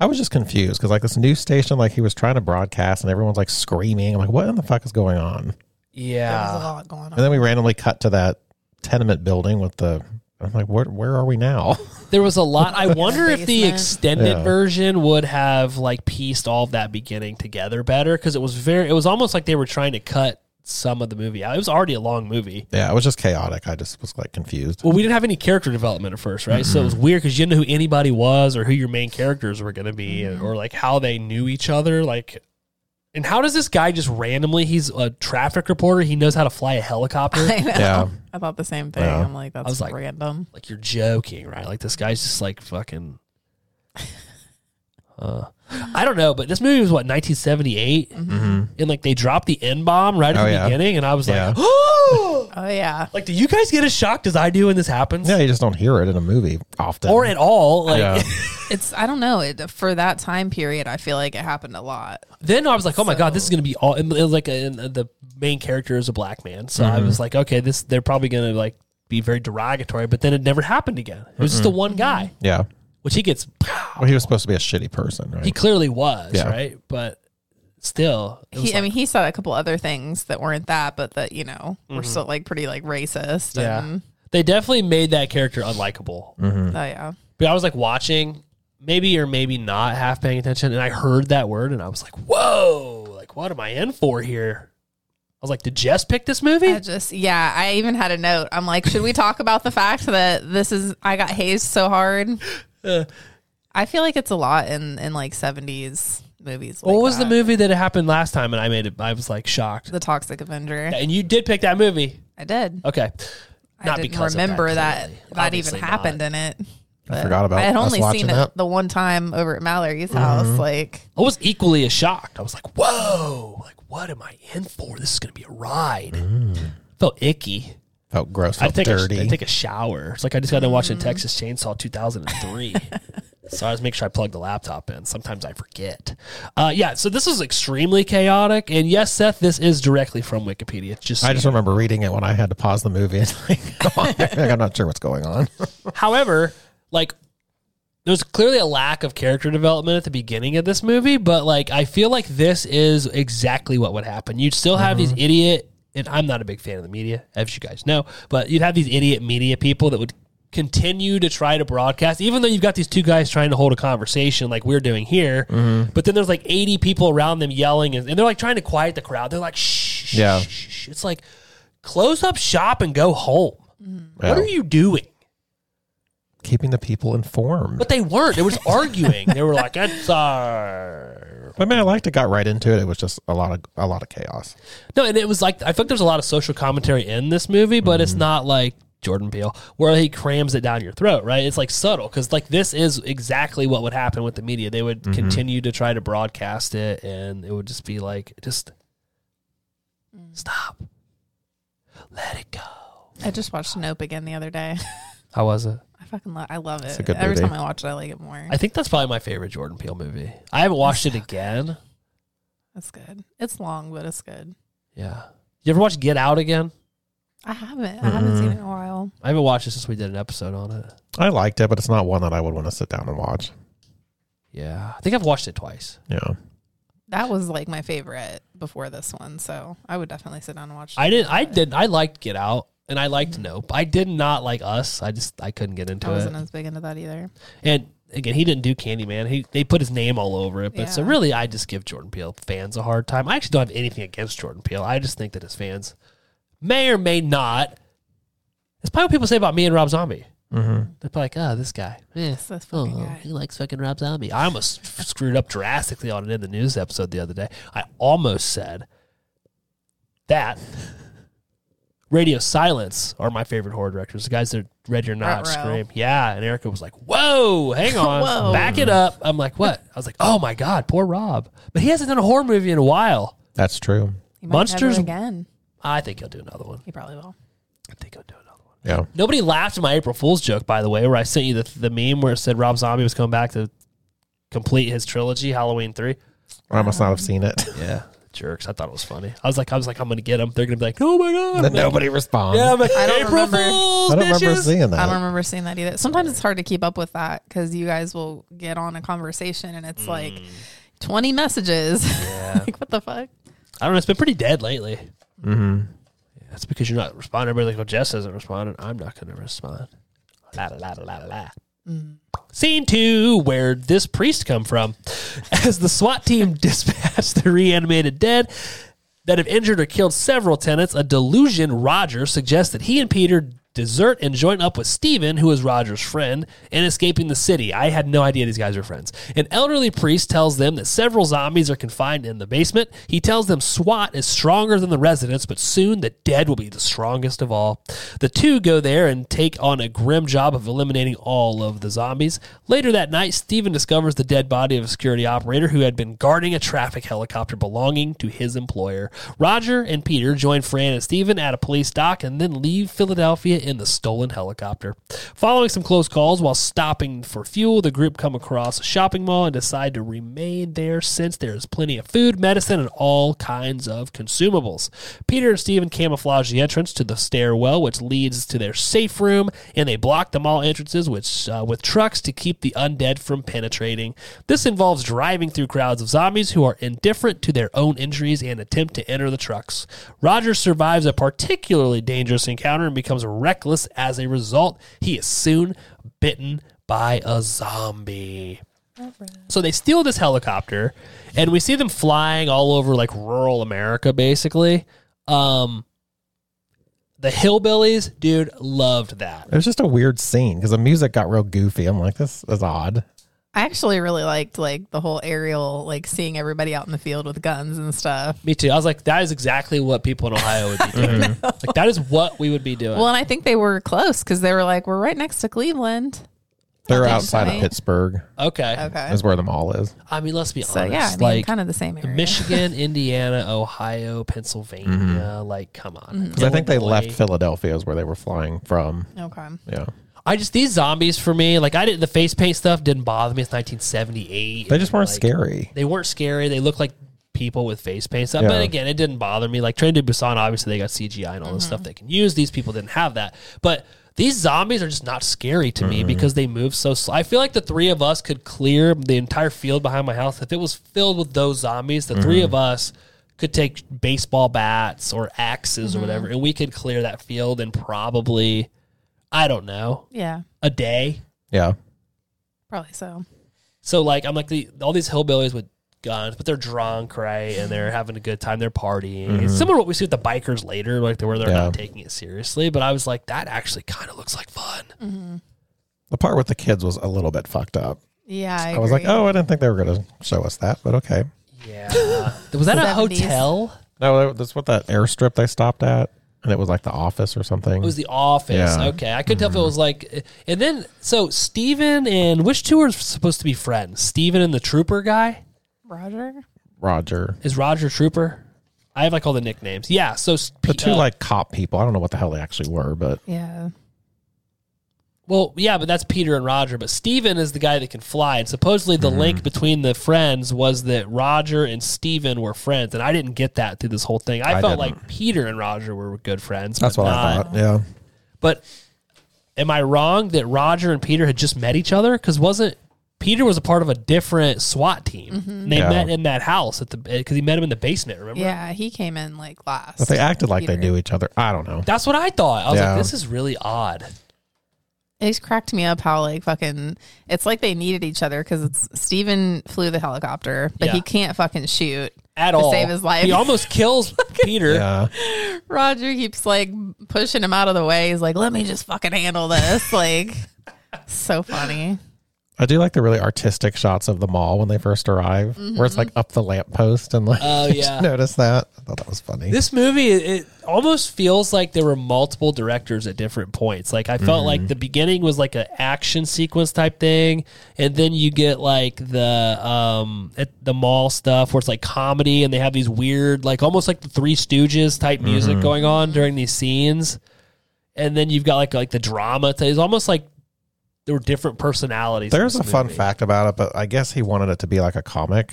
I was just confused because, like, this news station, like, he was trying to broadcast and everyone's like screaming. I'm like, what in the fuck is going on? There was a Yeah. lot going on. And then we Uh-huh. randomly cut to that tenement building with the. I'm like, where, where are we now? There was a lot. I wonder if the Basement. extended Yeah. version would have like pieced all of that beginning together better because it was very, it was almost like they were trying to cut some of the movie out. It was already a long movie. yeah, it was just chaotic. I just was like confused. Well, we didn't have any character development at first, right? So it was weird because you didn't know who anybody was or who your main characters were going to be or like how they knew each other. Like, And how does this guy just randomly? He's a traffic reporter. He knows how to fly a helicopter. I know. Yeah. I thought the same thing. Yeah. I'm like, that's was like- random. like you're joking, right? Like this guy's just like fucking. Uh, I don't know, but this movie was what 1978, Mm-hmm. and like they dropped the N bomb right at Oh, the yeah. beginning, and I was Yeah. like, oh! Oh yeah. like do you guys get as shocked as I do when this happens, Yeah, you just don't hear it in a movie often. or at all? Like yeah. It's I don't know. It, for that time period, I feel like it happened a lot. then I was like, oh my god, this So- is gonna be all. And it was like a, and uh, the main character is a black man, so Mm-hmm. I was like, okay, this they're probably gonna like be very derogatory, but then it never happened again. It was just the Mm-hmm. one guy, yeah. which he gets. Well, he was supposed to be a shitty person, right? He clearly was Yeah. right, but still, it was He, I like- mean, he said a couple other things that weren't that, but that you know were still like pretty like racist. Mm-hmm. Yeah. Mm. And, They definitely made that character unlikable. Mm. oh yeah. But I was like watching, maybe or maybe not half paying attention, and I heard that word and I was like, whoa, like what am I in for here? I was like, did Jess pick this movie? I just yeah. I even had a note. I'm like, should we talk about the fact that this is I got hazed so hard? Uh. I feel like it's a lot in in like 70s movies. what like was the that. movie that happened last time and I made it I was like shocked. The Toxic Avenger. And you did pick that Oh, movie. I did. Okay. I didn't remember that that, even happened in it. But forgot about I had us only watching seen it that. Mm-hmm. the one time over at Mallory's house. Like I was equally as shocked. I was like, whoa, like what am I in for? This is gonna be a ride. Felt icky. Felt gross. I Mm. Felt take dirty. Mm. a I take a shower. It's like I just got done watching Texas Chainsaw 2003. so I just make sure I plug the laptop in. Sometimes I forget. Uh, yeah, so this is extremely chaotic. And yes, Seth, this is directly from Wikipedia. Just, I just remember reading it when I had to pause the movie and like, go on there. like I'm not sure what's going on. however, like there's clearly a lack of character development at the beginning of this movie, but like I feel like this is exactly what would happen. You'd still have Mm-hmm. these idiot, and I'm not a big fan of the media, as you guys know, but you'd have these idiot media people that would continue to try to broadcast, even though you've got these two guys trying to hold a conversation like we're doing here. Mm-hmm. But then there's like 80 people around them yelling, and, and they're like trying to quiet the crowd. They're like, shh, shh, Yeah. shh, shh. It's like close up shop and go home. What Yeah. are you doing? Keeping the people informed. But they weren't. They were just arguing. They were like, "It's uh, our But man, I liked it. Got right into it. It was just a lot of a lot of chaos. no." And it was like I think there's a lot of social commentary in this movie, but it's not like Jordan Peele where he crams it down your throat. Right? It's like subtle because like this is exactly what would happen with the media. They would continue to try to broadcast it, and it would just be like, just stop, let it go. I just watched Nope again the other day. How was it? I fucking love. I love it. a good Every movie. time I watch it, I like it more. I think that's probably my favorite Jordan Peele movie. I haven't watched it again. That's good. It's long, but it's good. Yeah. You ever watch Get Out again? I haven't. I Mm-hmm. haven't seen it in a while. I haven't watched it since we did an episode on it. I liked it, but it's not one that I would want to sit down and watch. Yeah, I think I've watched it twice. Yeah. That was like my favorite before this one, so I would definitely sit down and watch. I it. didn't. I did. I liked Get Out, and I liked Nope. I did not like Us. I just I couldn't get into I it. wasn't as big into that either. and again, he didn't do Candyman. He they put his name all over it. But so Yeah. really, I just give Jordan Peele fans a hard time. I actually don't have anything against Jordan Peele. I just think that his fans may or may not. That's probably what people say about me and Rob Zombie. Mm-hmm. They're probably like, oh, this guy. Eh, It's this oh, fucking guy. he likes fucking Rob Zombie. I almost f- screwed up drastically on it in the news episode the other day. I almost said that Radio Silence are my favorite horror directors. The guys that read your not Ruh-roh. scream. Yeah. And Erica was like, whoa, hang on. Whoa. Back it up. I'm like, what? I was like, oh my God, poor Rob. But he hasn't done a horror movie in a while. That's true. He might never Monsters- again. I think he'll do another one. He probably will. I think he'll do another one. Yeah. Nobody laughed at my April Fool's joke, by the way, where I sent you the, the meme where it said Rob Zombie was coming back to complete his trilogy, Halloween three. I must not have seen it. Yeah, jerks. I thought it was funny. I was like, I was like, I'm gonna get them. They're gonna be like, oh my god. Then nobody responds. Yeah, I'm like, I don't April remember. Fools, I don't remember bitches." seeing I don't that. remember seeing that either. Sometimes it's hard to keep up with that because you guys will get on a conversation and it's like Mm. 20 messages. like, what the fuck? I don't know. It's been pretty dead lately. Mm-hmm. That's because you're not responding. Everybody's like, well, Jess hasn't responded. I'm not gonna respond. La la la la la. la. Scene two, where this priest come from, as the SWAT team dispatched the reanimated dead that have injured or killed several tenants. A delusion, Roger suggests that he and Peter dessert and join up with Stephen, who is Roger's friend, in escaping the city. I had no idea these guys were friends. An elderly priest tells them that several zombies are confined in the basement. He tells them SWAT is stronger than the residents, but soon the dead will be the strongest of all. The two go there and take on a grim job of eliminating all of the zombies. Later that night, Stephen discovers the dead body of a security operator who had been guarding a traffic helicopter belonging to his employer. Roger and Peter join Fran and Stephen at a police dock and then leave Philadelphia in the stolen helicopter. Following some close calls while stopping for fuel, the group come across a shopping mall and decide to remain there since there is plenty of food, medicine, and all kinds of consumables. Peter and Stephen camouflage the entrance to the stairwell, which leads to their safe room, and they block the mall entrances which, uh, with trucks to keep the undead from penetrating. This involves driving through crowds of zombies who are indifferent to their own injuries and attempt to enter the trucks. Roger survives a particularly dangerous encounter and becomes reckless as a result. He is soon bitten by a zombie. So they steal this helicopter, and we see them flying all over like rural America, basically. Um, the hillbillies, dude, loved that. It was just a weird scene because the music got real goofy. I'm like, this is odd. I actually really liked like the whole aerial, like seeing everybody out in the field with guns and stuff. Me too. I was like, that is exactly what people in Ohio would be Mm-hmm. doing. Like that is what we would be doing. Well, and I think they were close because they were like, we're right next to Cleveland. They're think outside so. of Pittsburgh, okay. Okay. is where the mall is. I mean, let's be honest. uh, So yeah, I mean, like kind of the same area. Michigan, Indiana, Ohio, Pennsylvania. Like, come on. Mm-hmm. Because Mm-hmm. I think they Illinois. left Philadelphia, is where they were flying from. Okay. Yeah. I just these zombies for me, like I didn't the face paint stuff didn't bother me. It's 1978. They just weren't Like, scary. They weren't scary. They looked like people with face paint stuff. Yeah. But again, it didn't bother me. Like Train to Busan, obviously they got CGI and all this stuff they can use. These people didn't have that, but. These zombies are just not scary to me because they move so slow. I feel like the three of us could clear the entire field behind my house. If it was filled with those zombies, the three of us could take baseball bats or axes or whatever, and we could clear that field in probably, I don't know, Yeah, a day. Yeah. probably so. So like I'm like the, all these hillbillies with guns, but they're drunk, right? And they're having a good time. They're partying. It's similar to what we see with the bikers later, like they where they're not Mm-hmm. Yeah. taking it seriously. But I was like, that actually kind of looks like fun. The part with the kids was a little bit fucked up. Yeah, I, I was like, agree. oh, I didn't think they were going to show us that, but okay. Yeah. was that a 70s. hotel? No, that's what that airstrip they stopped at, and it was like the office or something. It was the office. Yeah. Mm-hmm. Okay. I couldn't tell if it was like and then so Steven and which two are supposed to be friends? Steven and the trooper guy? Roger. Roger. Is Roger Trooper? I have like all the nicknames. Yeah. So uh, The two like cop people. I don't know what the hell they actually were, but Yeah, Well, yeah, but that's Peter and Roger. But Steven is the guy that can fly. And supposedly the Mhm. link between the friends was that Roger and Steven were friends. And I didn't get that through this whole thing. I, I felt didn't. like Peter and Roger were good friends. that's but what I not- thought. Yeah. But am I wrong that Roger and Peter had just met each other? Because wasn't. Peter was a part of a different SWAT team. And they Yeah. met in that house at the because he met him in the basement. Remember? Mm-hmm. yeah. He came in like last. But they acted like they Peter. knew each other. I don't know. That's what I thought. I was Yeah. like, this is really odd. It just cracked me up how like fucking it's like they needed each other because it's Steven flew the helicopter, but Yeah. he can't fucking shoot. At To all, save his life. he almost kills Peter. Yeah. Roger keeps like pushing him out of the way. He's like, "Let me just fucking handle this." like, so funny. I do like the really artistic shots of the mall when they first arrive, where it's like up the lamppost and like. Mm-hmm. Oh, you yeah. notice that. I thought that was funny. This movie, it, it almost feels like there were multiple directors at different points. Like I felt Mm-hmm. like the beginning was like an action sequence type thing, and then you get like the um at the mall stuff where it's like comedy, and they have these weird like almost like the Three Stooges type music Mm-hmm. going on during these scenes, and then you've got like like the drama. It's almost like there were different personalities. in There's a this fun movie. fact about it, but I guess he wanted it to be like a comic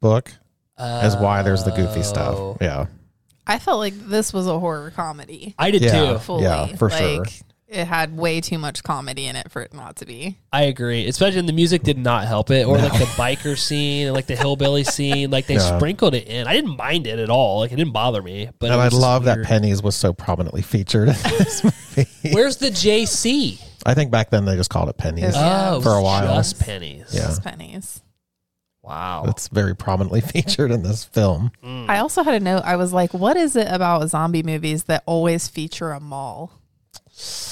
book, as why there's the goofy Oh. stuff. Yeah. I felt like this was a horror comedy. I did Yeah. too. Fully. Yeah, for like, sure. It had way too much comedy in it for it not to be. I agree. Especially the music did not help it, or like the biker scene and like the hillbilly scene. Like they Yeah. sprinkled it in. I didn't mind it at all. Like it didn't bother me. But and it I was just love that weird. Pennies was so prominently featured in this movie. Where's the JC? I think back then they just called it Pennies. Yeah. Oh, it For a was while. just pennies. Yeah. Just pennies. Wow. It's very prominently featured in this film. I also had a note. I was like, "What is it about zombie movies that always feature a mall?"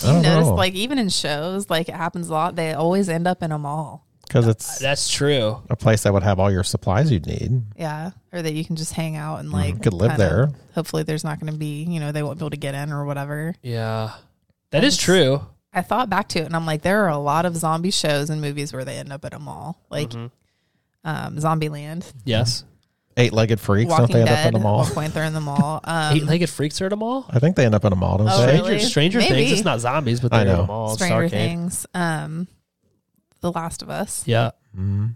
I You don't notice, know. like even in shows, like it happens a lot. They always end up in a mall. because it's That's true. a place that would have all your supplies you'd need. Yeah, or that you can just hang out and like You Hmm, could live kinda- there. Hopefully, there's not going to be you know they won't be able to get in or whatever. Yeah, that is true. I thought back to it and I'm like, there are a lot of zombie shows and movies where they end up at a mall, like Mm-hmm. um, Zombieland, Yes, Eight-legged freaks, don't they Walking end up Dead. in a At mall? one point, they're in the mall. Um, eight-legged freaks are at a mall. I think they end up in a mall, don't Oh, they? really? Stranger, Stranger Maybe. Things. It's not zombies, but I they're at a know. mall. It's Stranger arcade. Things, um, The Last of Us. Yeah, Mhm.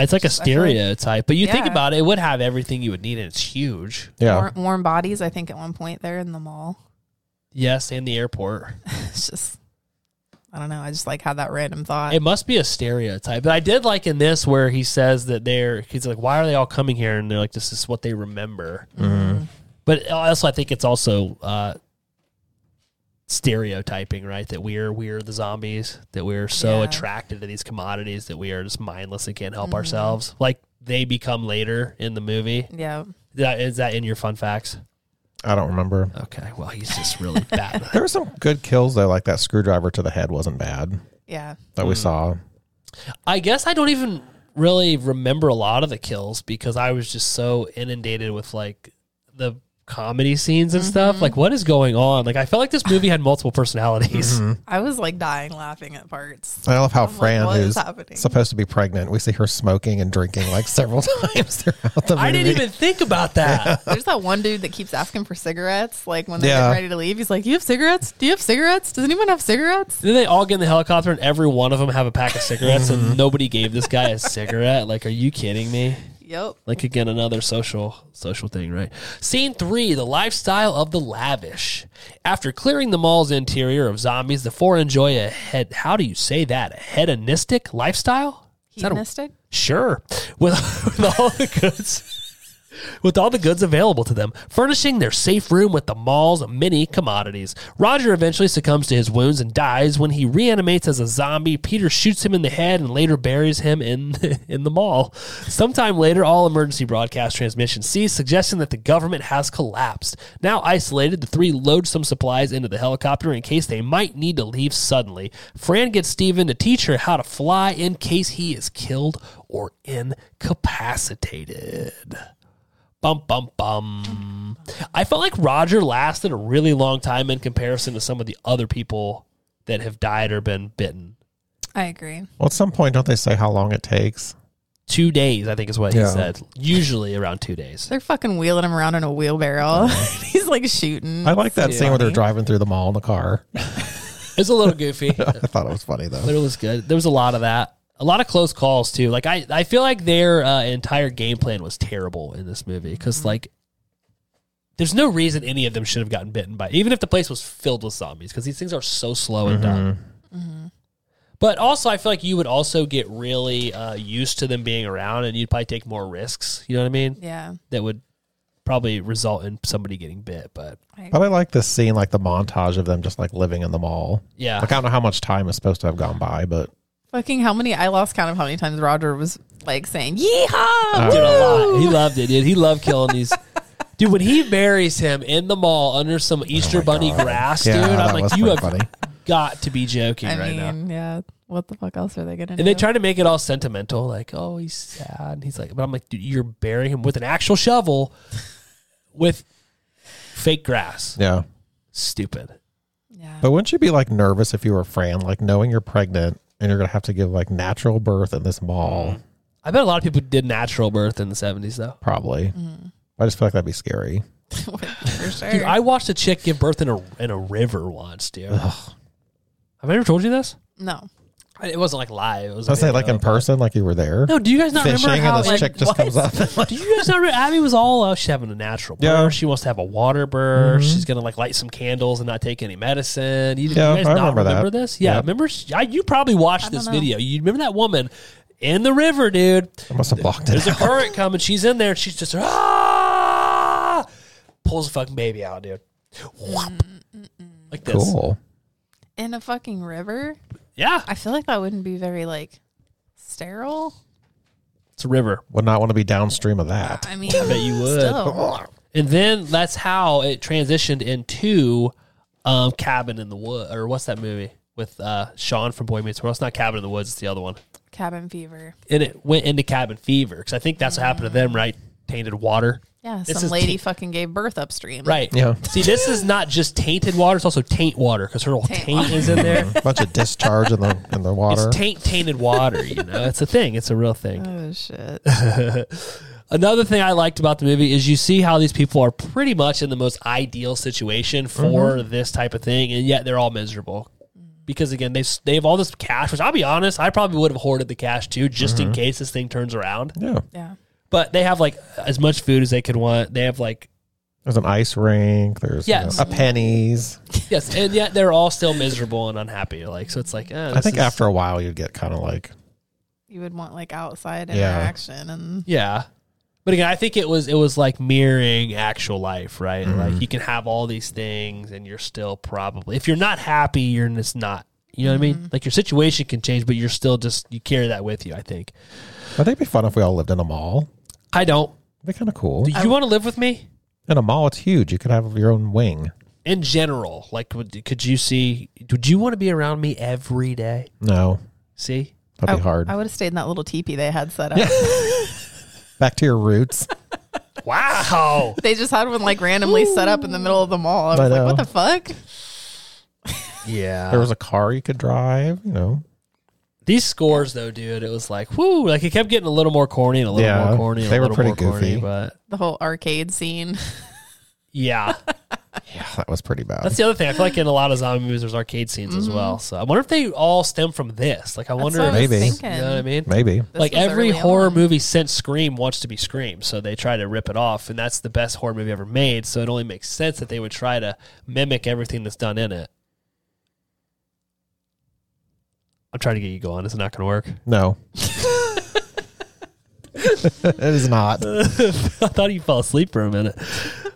it's like a Just- I feel like- stereotype. But you think Yeah. about it, it would have everything you would need, and it's huge. Yeah. Warm, warm bodies, I think at one point they're in the mall. Yes, and the airport. It's just, I don't know. I just like had that random thought. It must be a stereotype. But I did like in this where he says that they're, he's like, why are they all coming here? And they're like, this is what they remember. Mm-hmm. Mm-hmm. But also, I think it's also uh, stereotyping, right? That we're, we're the zombies, that we're so Yeah. attracted to these commodities that we are just mindless and can't help ourselves. Like they become later in the movie. yeah. That- Is that in your fun facts? I don't remember. Okay. Well, he's just really bad. There were some good kills though, like that screwdriver to the head wasn't bad Yeah. that Hmm. we saw. I guess I don't even really remember a lot of the kills because I was just so inundated with like the comedy scenes and stuff. Like, what is going on? Like, I felt like this movie had multiple personalities. I was like dying laughing at parts. I love how like, Fran, what is who's happening? supposed to be pregnant, we see her smoking and drinking like several times throughout the movie. I didn't even think about that. There's that one dude that keeps asking for cigarettes. Like when they Yeah. get ready to leave, he's like, "You have cigarettes? Do you have cigarettes? Does anyone have cigarettes?" Then they all get in the helicopter and every one of them have a pack of cigarettes and nobody gave this guy a cigarette. Like, are you kidding me? Yep. Like again, another social social thing, right? Scene three: the lifestyle of the lavish. After clearing the mall's interior of zombies, the four enjoy a head. How do you say that? A hedonistic lifestyle? Is that a- Hedonistic. Sure. With, with all the goods with all the goods available to them, furnishing their safe room with the mall's many commodities. Roger eventually succumbs to his wounds and dies when he reanimates as a zombie. Peter shoots him in the head and later buries him in in the mall. Sometime later, all emergency broadcast transmission ceased, suggesting that the government has collapsed. Now isolated, the three load some supplies into the helicopter in case they might need to leave suddenly. Fran gets Steven to teach her how to fly in case he is killed or incapacitated. Bum bum bum. I felt like Roger lasted a really long time in comparison to some of the other people that have died or been bitten. I agree. Well, at some point, don't they say how long it takes? Two days, I think, is what he Yeah. said. Usually around two days. They're fucking wheeling him around in a wheelbarrow. He's like shooting. Mm, I like that scene where they're funny. driving through the mall in the car. It's a little goofy, I thought it was funny though. but it was good. There was a lot of that. A lot of close calls too. Like I, I feel like their uh, entire game plan was terrible in this movie because like, there's no reason any of them should have gotten bitten by, even if the place was filled with zombies, because these things are so slow and dumb. But also, I feel like you would also get really uh, used to them being around, and you'd probably take more risks. You know what I mean? Yeah. That would probably result in somebody getting bit. But Probably like this scene, like the montage of them just like living in the mall. yeah, Like I don't know how much time is supposed to have gone by, but Fucking how many? I lost count of how many times Roger was like saying "Yeehaw!" Dude, a lot. woo!" He loved it, dude. He loved killing these. dude, when he buries him in the mall under some Easter Bunny Oh God. grass, Yeah, dude, that I'm like, was you have pretty funny. got to be joking I right now. mean, yeah. What the fuck else are they gonna do? And they try to make it all sentimental, like, oh, he's sad. And he's like, but I'm like, dude, you're burying him with an actual shovel with fake grass. yeah. Stupid. yeah. Oh. But wouldn't you be like nervous if you were Fran, like knowing you're pregnant and you're gonna have to give like natural birth in this mall? I bet a lot of people did natural birth in the 70s, though. Probably. Mm-hmm. I just feel like that'd be scary. For sure. Dude, I watched a chick give birth in a in a river once, dude. Have I ever told you this? no. It wasn't like live. It was I was say like video. in person, like you were there No, do you guys not fishing, remember and how this like, chick just comes up. And, like, Do you guys not remember? Abby was all uh, she's having a natural birth. Yeah. She wants to have a water birth. Mm-hmm. She's gonna like light some candles and not take any medicine. You, Yeah, you guys I not remember that. remember this? Yeah, Yeah. remember? She, I, you probably watched this video. You remember that woman in the river, dude? I must have blocked There's it. a out. current coming. She's in there. and She's just ah, pulls the fucking baby out, dude. Whop. Like this. Cool. In a fucking river. Yeah, I feel like that wouldn't be very like sterile. it's a river. Would not want to be downstream of that. I mean, bet you would. Still. And then that's how it transitioned into um, Cabin in the Wood, or what's that movie with uh, Sean from Boy Meets World? It's not Cabin in the Woods. It's the other one. Cabin fever. And it went into cabin fever because I think that's what happened to them, right? Tainted water. Yeah, This some is lady t- fucking gave birth upstream. Right. Yeah. See, this is not just tainted water; it's also taint water because her little Taint taint, is in there. A bunch of discharge in the in the water. It's taint tainted water. You know, it's a thing. It's a real thing. Oh shit. Another thing I liked about the movie is you see how these people are pretty much in the most ideal situation for Mm-hmm. this type of thing, and yet they're all miserable. Because again, they have they have all this cash. Which I'll be honest, I probably would have hoarded the cash too, just Mm-hmm. in case this thing turns around. yeah. Yeah. But they have like as much food as they could want. They have like There's an ice rink. There's you know, Yes. a pennies. yes, and yet they're all still miserable and unhappy. Like so, it's like eh, I this think is- after a while you'd get kind of like You would want like outside Yeah. interaction and Yeah. But again, I think it was it was like mirroring actual life, right? Mm-hmm. Like you can have all these things and you're still probably if you're not happy, you're just not. You know what Mm-hmm. I mean? Like your situation can change, but you're still just you carry that with you, I think. I think it'd be fun if we all lived in a mall. I don't. It'd be kind of cool. Do you want to live with me? In a mall, it's huge. You could have your own wing. In general, like would, could you see would you want to be around me every day? No, See? that'd I- be hard. I would have stayed in that little teepee they had set up. Back to your roots. Uh. Wow. They just had one like randomly set up in the middle of the mall. I was I like, know. what the fuck? yeah. there was a car you could drive. You know, These scores, though, dude, it was like, whoo, like it kept getting a little more corny and a little Yeah, more corny. And they a were little pretty more Corny, goofy. but The whole arcade scene. yeah, yeah, that was pretty bad. that's the other thing. I feel like in a lot of zombie movies, there's arcade scenes as well. So I wonder if they all stem from this. Like, I wonder, Mm-hmm. That's if, what I was Maybe. thinking. you know what I mean? Maybe This like was every early horror on. movie since Scream wants to be Scream, so they try to rip it off, and that's the best horror movie ever made. So it only makes sense that they would try to mimic everything that's done in it. I'm trying to get you going. It's not going to work. no. it is not. I thought you fell asleep for a minute.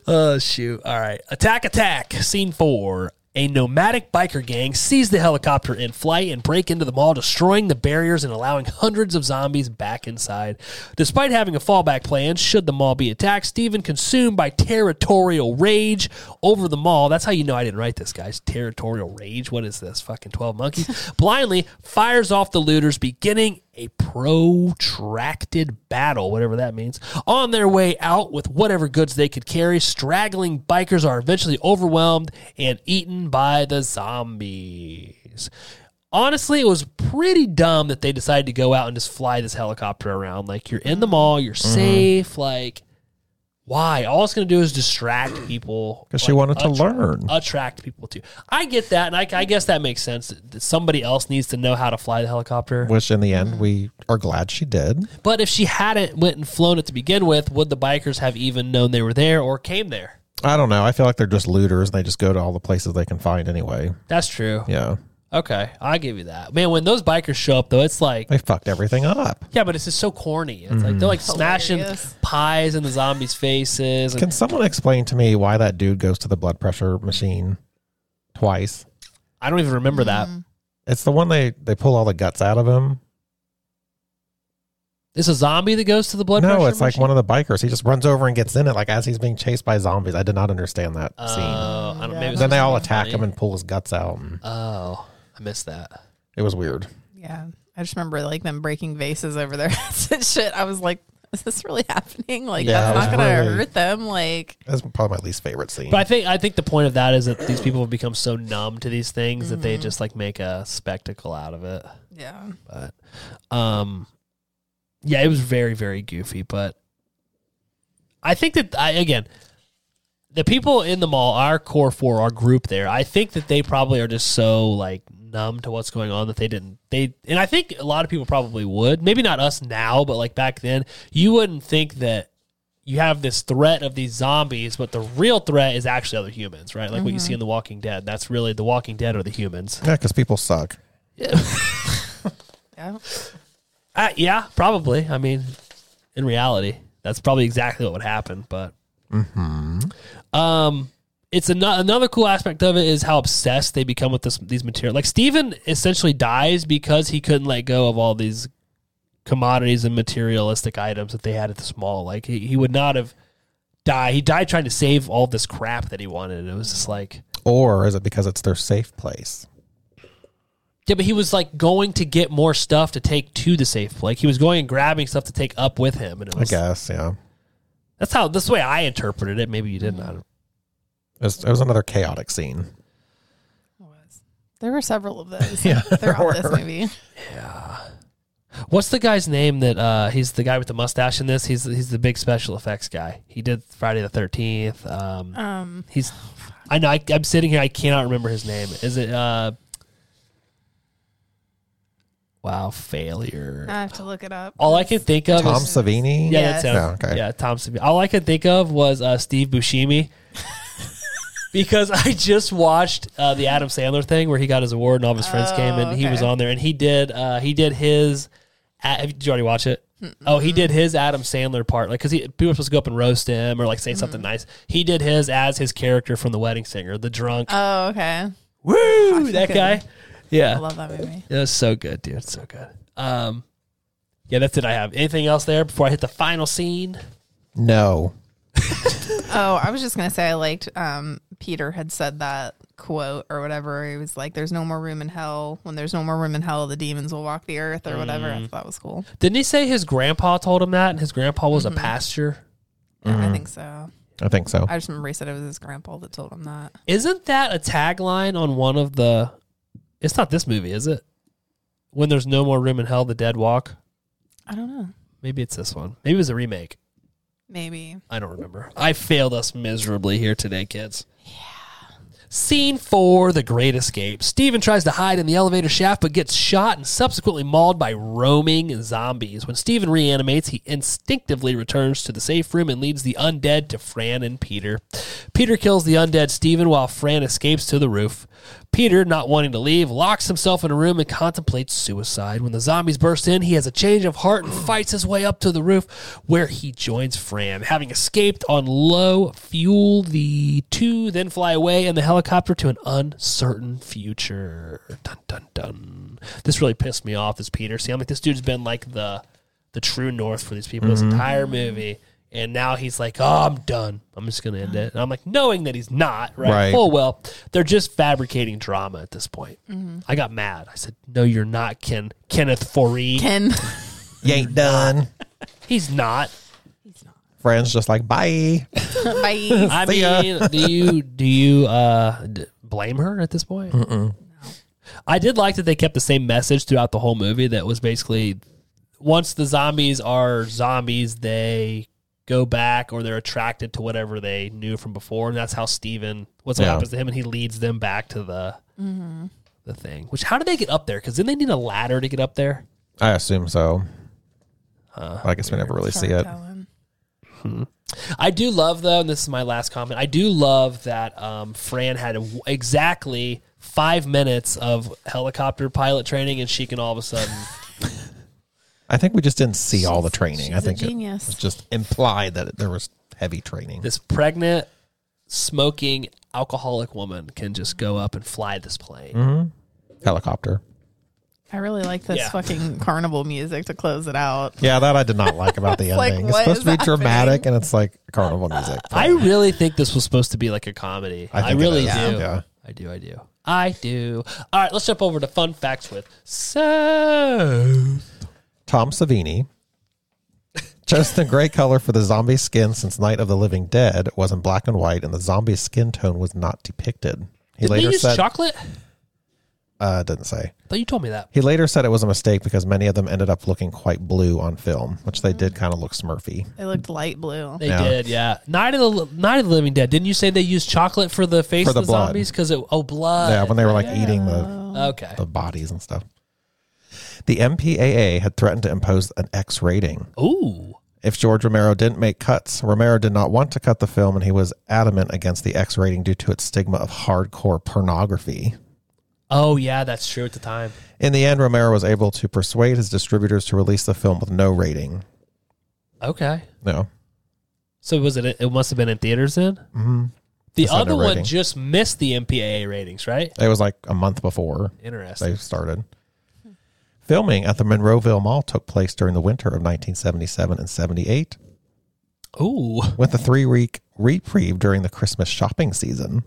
Oh, shoot. All right. Attack, attack. Scene four. A nomadic biker gang seize the helicopter in flight and break into the mall, destroying the barriers and allowing hundreds of zombies back inside. Despite having a fallback plan, should the mall be attacked, Steven, consumed by territorial rage over the mall, that's how you know I didn't write this, guys. Territorial rage. What is this? Fucking 12 monkeys. Blindly fires off the looters, beginning a protracted battle, whatever that means. On their way out with whatever goods they could carry, straggling bikers are eventually overwhelmed and eaten by the zombies. Honestly, it was pretty dumb that they decided to go out and just fly this helicopter around. Like, you're in the mall, you're Mm-hmm. safe. Like, why? All it's going to do is distract people. Because she like, wanted to attract- learn. Attract people to. I get that, and I, I guess that makes sense. That somebody else needs to know how to fly the helicopter. Which in the Mm-hmm. end, we are glad she did. But if she hadn't went and flown it to begin with, would the bikers have even known they were there or came there? I don't know. I feel like they're just looters and they just go to all the places they can find anyway. That's true. Yeah. Okay, I give you that. Man, when those bikers show up though, it's like They fucked everything up. yeah, but it's just so corny. It's like they're like smashing Hilarious. pies in the zombies' faces. And Mm-hmm. Can someone explain to me why that dude goes to the blood pressure machine twice? I don't even remember that. Mm-hmm. It's the one they, they pull all the guts out of him. It's a zombie that goes to the blood no, pressure. it's like one of the bikers. He just runs over and gets in it, like as he's being chased by zombies. I did not understand that Oh, scene. I don't. Yeah, maybe that's Then they all that's attack funny. him and pull his guts out. and Oh, I missed that. It was weird. Yeah. I just remember like them breaking vases over their heads and shit. I was like, is this really happening? Like Yeah, that's it was not gonna really- hurt them. Like That's probably my least favorite scene. But I think I think the point of that is that these people have become so numb to these things that they just like make a spectacle out of it. Yeah. but um yeah it was very very goofy but i think that i again the people in the mall our core four our group there i think that they probably are just so like numb to what's going on that they didn't they and i think a lot of people probably would maybe not us now but like back then you wouldn't think that you have this threat of these zombies, but the real threat is actually other humans, right? Like what you see in The Walking Dead. That's really The Walking Dead are the humans. yeah, because people suck. Yeah. Uh, yeah, probably. I mean, in reality, that's probably exactly what would happen. But um, it's an- another cool aspect of it is how obsessed they become with this these material. Like Steven essentially dies because he couldn't let go of all these commodities and materialistic items that they had at this mall. Like he, he would not have died. He died trying to save all this crap that he wanted. It was just like or is it because it's their safe place? Yeah, but he was like going to get more stuff to take to the safe. Like he was going and grabbing stuff to take up with him, and it I was guess, yeah. that's how this way I interpreted it. Maybe you didn't. I don't- It was, it was another chaotic scene. There were several of those Yeah, there throughout this were. movie. What's the guy's name that uh, he's the guy with the mustache in this? He's he's the big special effects guy. He did Friday the Thirteenth. Um, Um, he's I know I, I'm sitting here. I cannot remember his name. Is it? Uh, wow, failure. I have to look it up. All I can think of Tom is Savini? Yeah, that Yes. sounds Yeah, okay. Yeah, Tom Savini. All I could think of was uh, Steve Buscemi because I just watched uh, the Adam Sandler thing where he got his award and all of his friends came and he was Oh, okay. on there and he did uh, he did his. A- have- Did you already watch it? Oh, he did his Adam Sandler part, like because people were supposed to go up and roast him or like say something Mm-hmm. nice. He did his as his character from The Wedding Singer, the drunk. Oh, okay. Woo, that fucking- guy. I Yeah, love that movie. it was so good, dude. It's so good. Um, yeah, that's it. I have anything else there before I hit the final scene. No. Oh, I was just gonna say I liked um Peter had said that quote or whatever. He was like, There's no more room in hell. When there's no more room in hell, the demons will walk the earth or whatever. Mm. I thought that was cool. Didn't he say his grandpa told him that, and his grandpa was a pastor? Mm-hmm. Yeah, I think so. I think so. I just remember he said it was his grandpa that told him that. Isn't that a tagline on one of the? It's not this movie, is it? When there's no more room in hell, the dead walk. I don't know. Maybe it's this one. Maybe it was a remake. Maybe. I don't remember. I failed us miserably here today, kids. Yeah. Scene four: The Great Escape. Steven tries to hide in the elevator shaft, but gets shot and subsequently mauled by roaming zombies. When Steven reanimates, he instinctively returns to the safe room and leads the undead to Fran and Peter. Peter kills the undead Steven while Fran escapes to the roof. Peter, not wanting to leave, locks himself in a room and contemplates suicide. When the zombies burst in, he has a change of heart and fights his way up to the roof where he joins Fran. Having escaped on low fuel, the two then fly away in the helicopter to an uncertain future. Dun dun dun. This really pissed me off as Peter. See, I'm like, this dude's been like the the true north for these people this entire movie. And now he's like, oh, I'm done. I'm just going to end it. And I'm like, knowing that he's not, right? Right. Full well, they're just fabricating drama at this point. I got mad. I said, no, you're not Ken. Kenneth Foree. Ken You ain't done. he's not. Friends just like, bye. Bye. I See ya. mean, do you do you uh, d- blame her at this point? I did like that they kept the same message throughout the whole movie. That was basically once the zombies are zombies, they go back or they're attracted to whatever they knew from before, and that's how Steven what's what Yeah. happens to him, and he leads them back to the the thing. Which how do they get up there? Because then they need a ladder to get up there. I assume so. Uh, I guess we never really see it. Storytelling. I do love though, and this is my last comment. I do love that um, Fran had w- exactly five minutes of helicopter pilot training, and she can all of a sudden. I think we just didn't see all the training. she's I think a it was genius. just implied that there was heavy training. this pregnant, smoking, alcoholic woman can just go up and fly this plane. Mm-hmm. Helicopter. I really like this Yeah. fucking carnival music to close it out. Yeah, that I did not like about the It's like, ending. it's what supposed is to be dramatic happening? and it's like carnival music. I really think this was supposed to be like a comedy. I, think it really do. is, yeah. I do. I do. I do. All right, let's jump over to fun facts with so. Tom Savini chose the gray color for the zombie skin since Night of the Living Dead was in black and white, and the zombie skin tone was not depicted. He Did they later use said, chocolate? uh, didn't say. I thought you told me that. He later said it was a mistake because many of them ended up looking quite blue on film, which they did kind of look smurfy. It looked light blue. They Yeah. did, yeah. Night of the Night of the Living Dead. Didn't you say they used chocolate for the face For of the, the blood. zombies? Because it oh blood. yeah, when they were like eating the Oh, okay. the bodies and stuff. The MPAA had threatened to impose an X rating Ooh, if George Romero didn't make cuts. Romero did not want to cut the film, and he was adamant against the X rating due to its stigma of hardcore pornography. oh yeah, that's true at the time. In the end, Romero was able to persuade his distributors to release the film with no rating. Okay, No, so was it? It must have been in theaters then. Mm-hmm. The Just had other no one rating. just missed the MPAA ratings, right? it was like a month before Interesting. they started. Filming at the Monroeville Mall took place during the winter of 1977 and 78, Ooh, with a three week reprieve during the Christmas shopping season.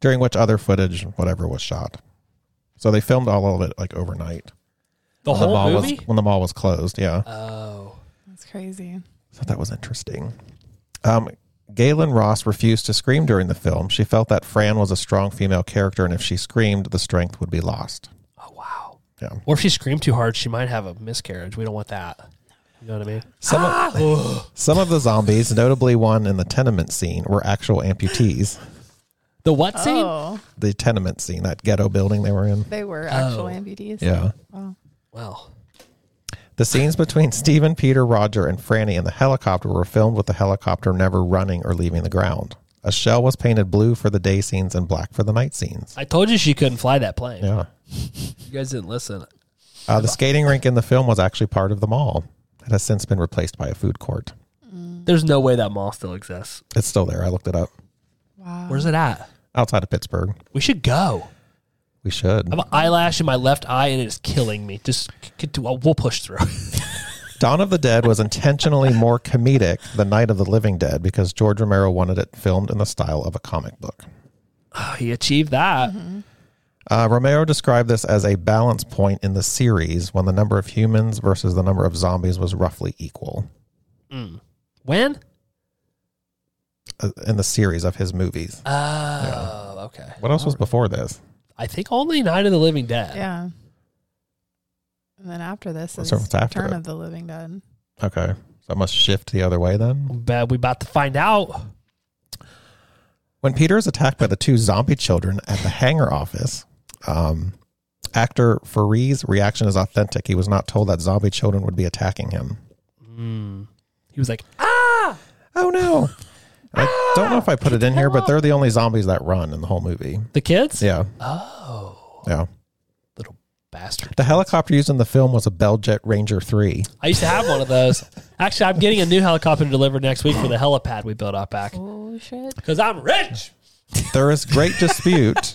during which other footage, whatever, was shot. So they filmed all of it like overnight. The when whole mall movie. was when the mall was closed. Yeah, oh, That's crazy. so that was interesting. Um, Galen Ross refused to scream during the film. She felt that Fran was a strong female character, and if she screamed, the strength would be lost. oh wow. Yeah. Or if she screamed too hard, she might have a miscarriage. We don't want that. You know what I mean? Some of, some of the zombies, notably one in the tenement scene, were actual amputees. The what scene? Oh, The tenement scene, that ghetto building they were in. they were actual Oh. amputees. Oh, Yeah. Wow. Well, The scenes between Stephen, Peter, Roger, and Franny in the helicopter were filmed with the helicopter never running or leaving the ground. A shell was painted blue for the day scenes and black for the night scenes. I told you she couldn't fly that plane. Yeah. You guys didn't listen. Uh, the skating rink in the film was actually part of the mall. It has since been replaced by a food court. There's no way that mall still exists. It's still there. I looked it up. Wow. Where's it at? Outside of Pittsburgh. We should go. We should. I have an eyelash in my left eye, and it is killing me. Just c- c- we'll push through. Dawn of the Dead was intentionally more comedic than Night of the Living Dead because George Romero wanted it filmed in the style of a comic book. Oh, he achieved that. Uh, Romero described this as a balance point in the series when the number of humans versus the number of zombies was roughly equal When? uh, in the series of his movies. Oh, okay. What else was before this? I think only Night of the Living Dead. Yeah. And then after this What's is there- what's after Return it? of the Living Dead. Okay. So I must shift the other way then. But we about to find out. When Peter is attacked by the two zombie children at the hangar office, um, actor Faree's reaction is authentic. He was not told that zombie children would be attacking him. Hmm. He was like, Oh no. I don't know if I put it in here, but they're the only zombies that run in the whole movie. "The kids? Yeah. Oh, Yeah. little bastard." The helicopter used in the film was a Bell Jet Ranger 3. I used to have one of those. Actually, I'm getting a new helicopter delivered next week for the helipad we built out back Oh shit. because I'm rich. There is great dispute.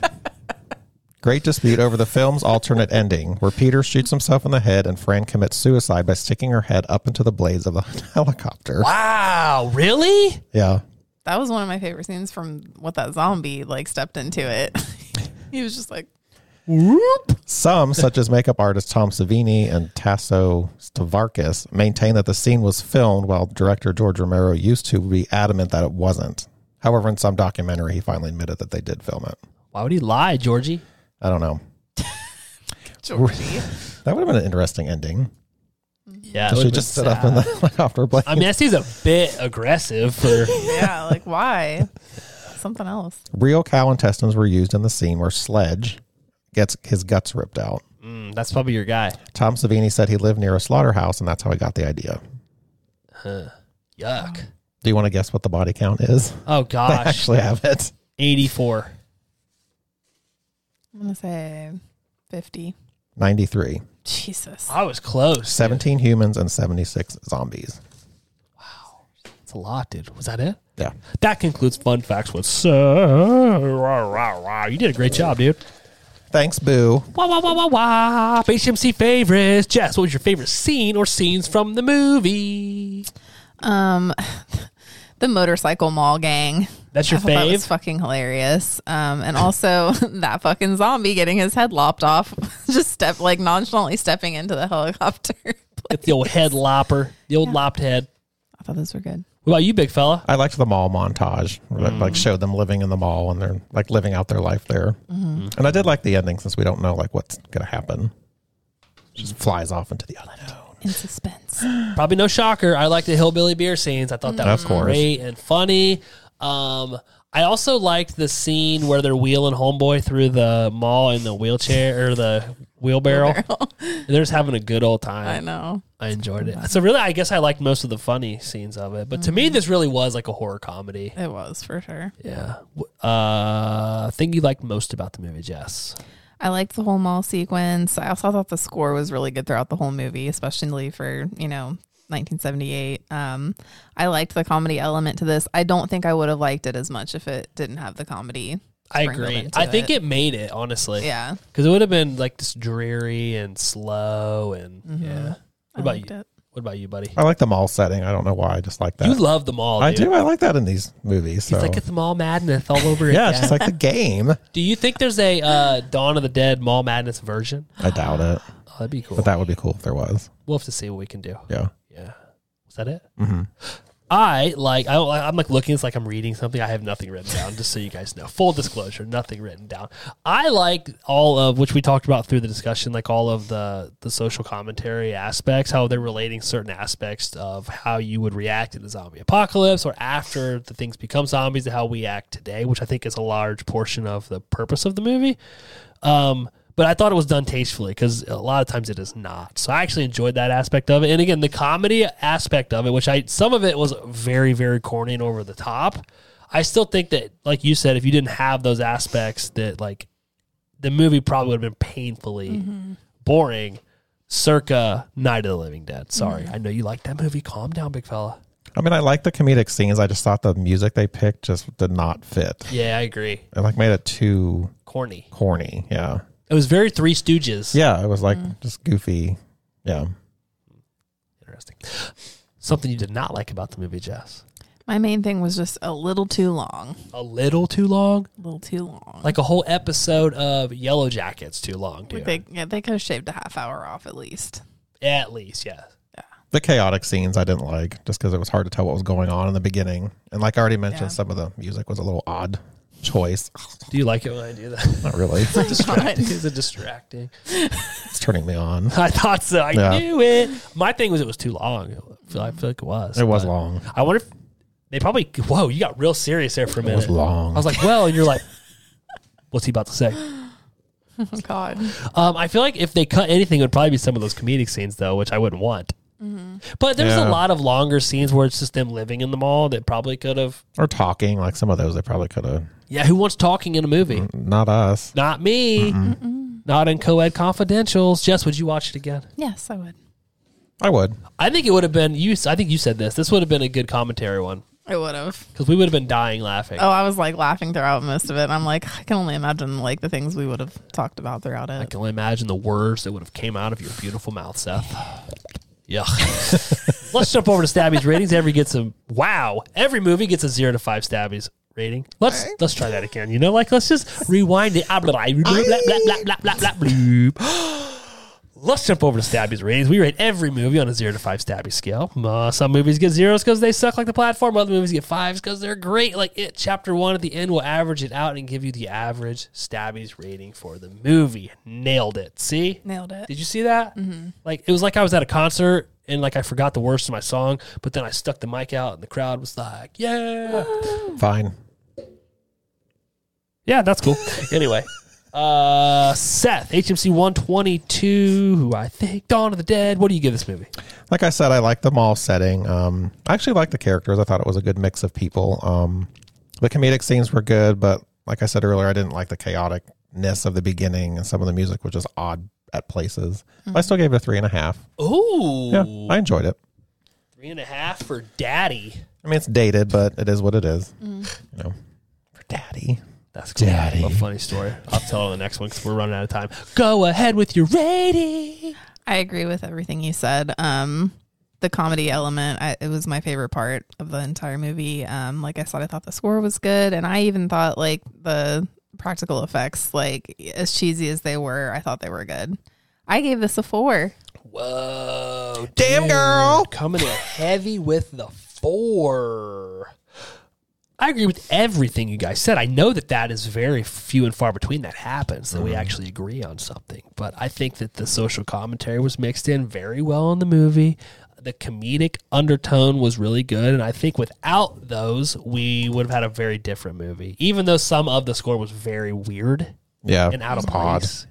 great dispute over the film's alternate ending, where Peter shoots himself in the head and Fran commits suicide by sticking her head up into the blades of the helicopter. Wow, really? Yeah. That was one of my favorite scenes from what that zombie like stepped into it. he was just like Some, such as makeup artist Tom Savini and Tasso Stavarkis, maintain that the scene was filmed while director George Romero used to be adamant that it wasn't. However, in some documentary, he finally admitted that they did film it. Why would he lie, Georgie? I don't know. Georgie. That would have been an interesting ending. Yeah, it She would've just been stood up in the sad. helicopter blade. I mean, that seems a bit aggressive for. yeah, like why? Something else. Real cow intestines were used in the scene where Sledge gets his guts ripped out. Mm, that's probably your guy. Tom Savini said he lived near a slaughterhouse, and that's how he got the idea. Yuck. Do you want to guess what the body count is? Oh I gosh, actually have it. 84. I'm gonna say fifty. 93. Jesus. I was close. 17 humans and 76 zombies. It's a lot, dude. Was that it? Yeah. That concludes fun facts with Sarah. You did a great job, dude. Thanks, Boo. Wah wah wah wah wah. HMC favorites. Jess, what was your favorite scene or scenes from the movie? Um the motorcycle mall gang. That's your I thought that was fave. fucking hilarious. Um, and also that fucking zombie getting his head lopped off, just step like nonchalantly stepping into the helicopter. Get the old head lopper, the old lopped head. I thought those were good. What about you, big fella? I liked the mall montage, where Mm-hmm. it, like showed them living in the mall and they're like living out their life there. Mm-hmm. And I did like the ending since we don't know like what's going to happen. She just flies off into the unknown. In suspense. Probably no shocker. I liked the hillbilly beer scenes. I thought that Of was course. great and funny. Um, I also liked the scene where they're wheeling homeboy through the mall in the wheelchair or the wheelbarrow. And they're just having a good old time. I know. I enjoyed it. So really, I guess I liked most of the funny scenes of it. But to me, this really was like a horror comedy. It was for sure. Yeah. W- Uh, thing you liked most about the movie, Jess? I liked the whole mall sequence. I also thought the score was really good throughout the whole movie, especially for, you know, 1978. Um, I liked the comedy element to this. I don't think I would have liked it as much if it didn't have the comedy. I sprinkled agree. into I think it made it honestly. Yeah. Because it would have been like just dreary and slow and yeah. What I about liked you? it. What What about you, buddy? I like the mall setting. I don't know why. I just like that. You love them all. I dude. do. I like that in these movies. So. It's like it's mall madness all over yeah, it's again. just like the game. Do you think there's a uh, Dawn of the Dead mall madness version? I doubt it, Oh, that'd be cool. but that would be cool if there was. we'll have to see what we can do. Yeah. Yeah. Is that it? Mm-hmm. I like I, I'm like looking. It's like I'm reading something. I have nothing written down. Just so you guys know, full disclosure, nothing written down. I like all of which we talked about through the discussion, like all of the the social commentary aspects, how they're relating certain aspects of how you would react in the zombie apocalypse or after the things become zombies, and how we act today, which I think is a large portion of the purpose of the movie. Um, but I thought it was done tastefully because a lot of times it is not. So I actually enjoyed that aspect of it. And again, the comedy aspect of it, which I some of it was very very corny and over the top. I still think that, like you said, if you didn't have those aspects, that like the movie probably would have been painfully boring. Circa Night of the Living Dead. Sorry, I know you like that movie. Calm down, big fella. I mean, I like the comedic scenes. I just thought the music they picked just did not fit. Yeah, I agree. It like made it too Corny. corny. Yeah. It was very Three Stooges. Yeah. It was like Mm. just goofy. Yeah. Interesting. Something you did not like about the movie, Jess. My main thing was just a little too long. A little too long. A little too long. like a whole episode of Yellow Jackets too long, dude. They, yeah, they could have shaved a half hour off at least. At least, yeah. The chaotic scenes I didn't like just because it was hard to tell what was going on in the beginning. And like I already mentioned, Yeah. some of the music was a little odd choice. Do you like it when I do that? Not really. distracting. Is it distracting? it's turning me on. I thought so. I Yeah. knew it. My thing was it was too long. I feel, I feel like it was. It was but long. I wonder if they probably. Whoa, you got real serious there for a minute. was long. I was like, well, and you're like, what's he about to say? Oh, God. Um, I feel like if they cut anything, it would probably be some of those comedic scenes, though, which I wouldn't want. But there's Yeah. a lot of longer scenes where it's just them living in the mall that probably could have. Or talking. Like some of those they probably could have. Yeah, who wants talking in a movie? Not us. Not me. Not in co-ed confidentials. Jess, would you watch it again? Yes, I would. I would. I think it would have been you. I think you said this. This would have been a good commentary one I would have. because we would have been dying laughing. Oh, I was like laughing throughout most of it. I'm like, I can only imagine like the things we would have talked about throughout I it. can only imagine the words that would have came out of your beautiful mouth, Seth. Yuck. Let's jump over to Stabby's ratings. Every gets a wow. Every movie gets a zero to five Stabby's rating. Let's let's try that again. You know, like let's just rewind it. Ah, blah, blah, blah, blah, blah, blah, blah, blah, blah, bloop. Let's jump over to Stabby's ratings. We rate every movie on a zero to five Stabby scale. Uh, some movies get zeros because they suck like the platform. Other movies get fives because they're great like it. Chapter one at the end will average it out and give you the average Stabby's rating for the movie. Nailed it. See? Nailed it. Uh, Did you see that? Mm-hmm. Like it was like I was at a concert and like I forgot the words to my song, but then I stuck the mic out and the crowd was like, "Yeah, Mm. Fine. yeah, that's cool." anyway, uh, Seth HMC one twenty two, who I think Dawn of the Dead. What do you give this movie? like I said, I like the mall setting. Um, I actually like the characters. I thought it was a good mix of people. Um, the comedic scenes were good, but like I said earlier, I didn't like the chaoticness of the beginning, and some of the music was just odd at places. Mm. But I still gave it a three and a half. Ooh, Yeah, I enjoyed it. three and a half for Daddy. I mean, it's dated, but it is what it is. Mm. You know, for daddy. That's cool. Daddy. A funny story. I'll tell on the next one because we're running out of time. Go ahead with your rating. I agree with everything you said. Um, the comedy element, I, it was my favorite part of the entire movie. Um, like I said, I thought the score was good, and I even thought like the practical effects, like as cheesy as they were, I thought they were good. I gave this a four. Whoa. Damn, dude. girl. Coming in heavy with the four. I agree with everything you guys said. I know that that is very few and far between that happens, that we Mm-hmm. actually agree on something. But I think that the social commentary was mixed in very well in the movie. The comedic undertone was really good. And I think without those, we would have had a very different movie, even though some of the score was very weird Yeah, and out it's of odd. place.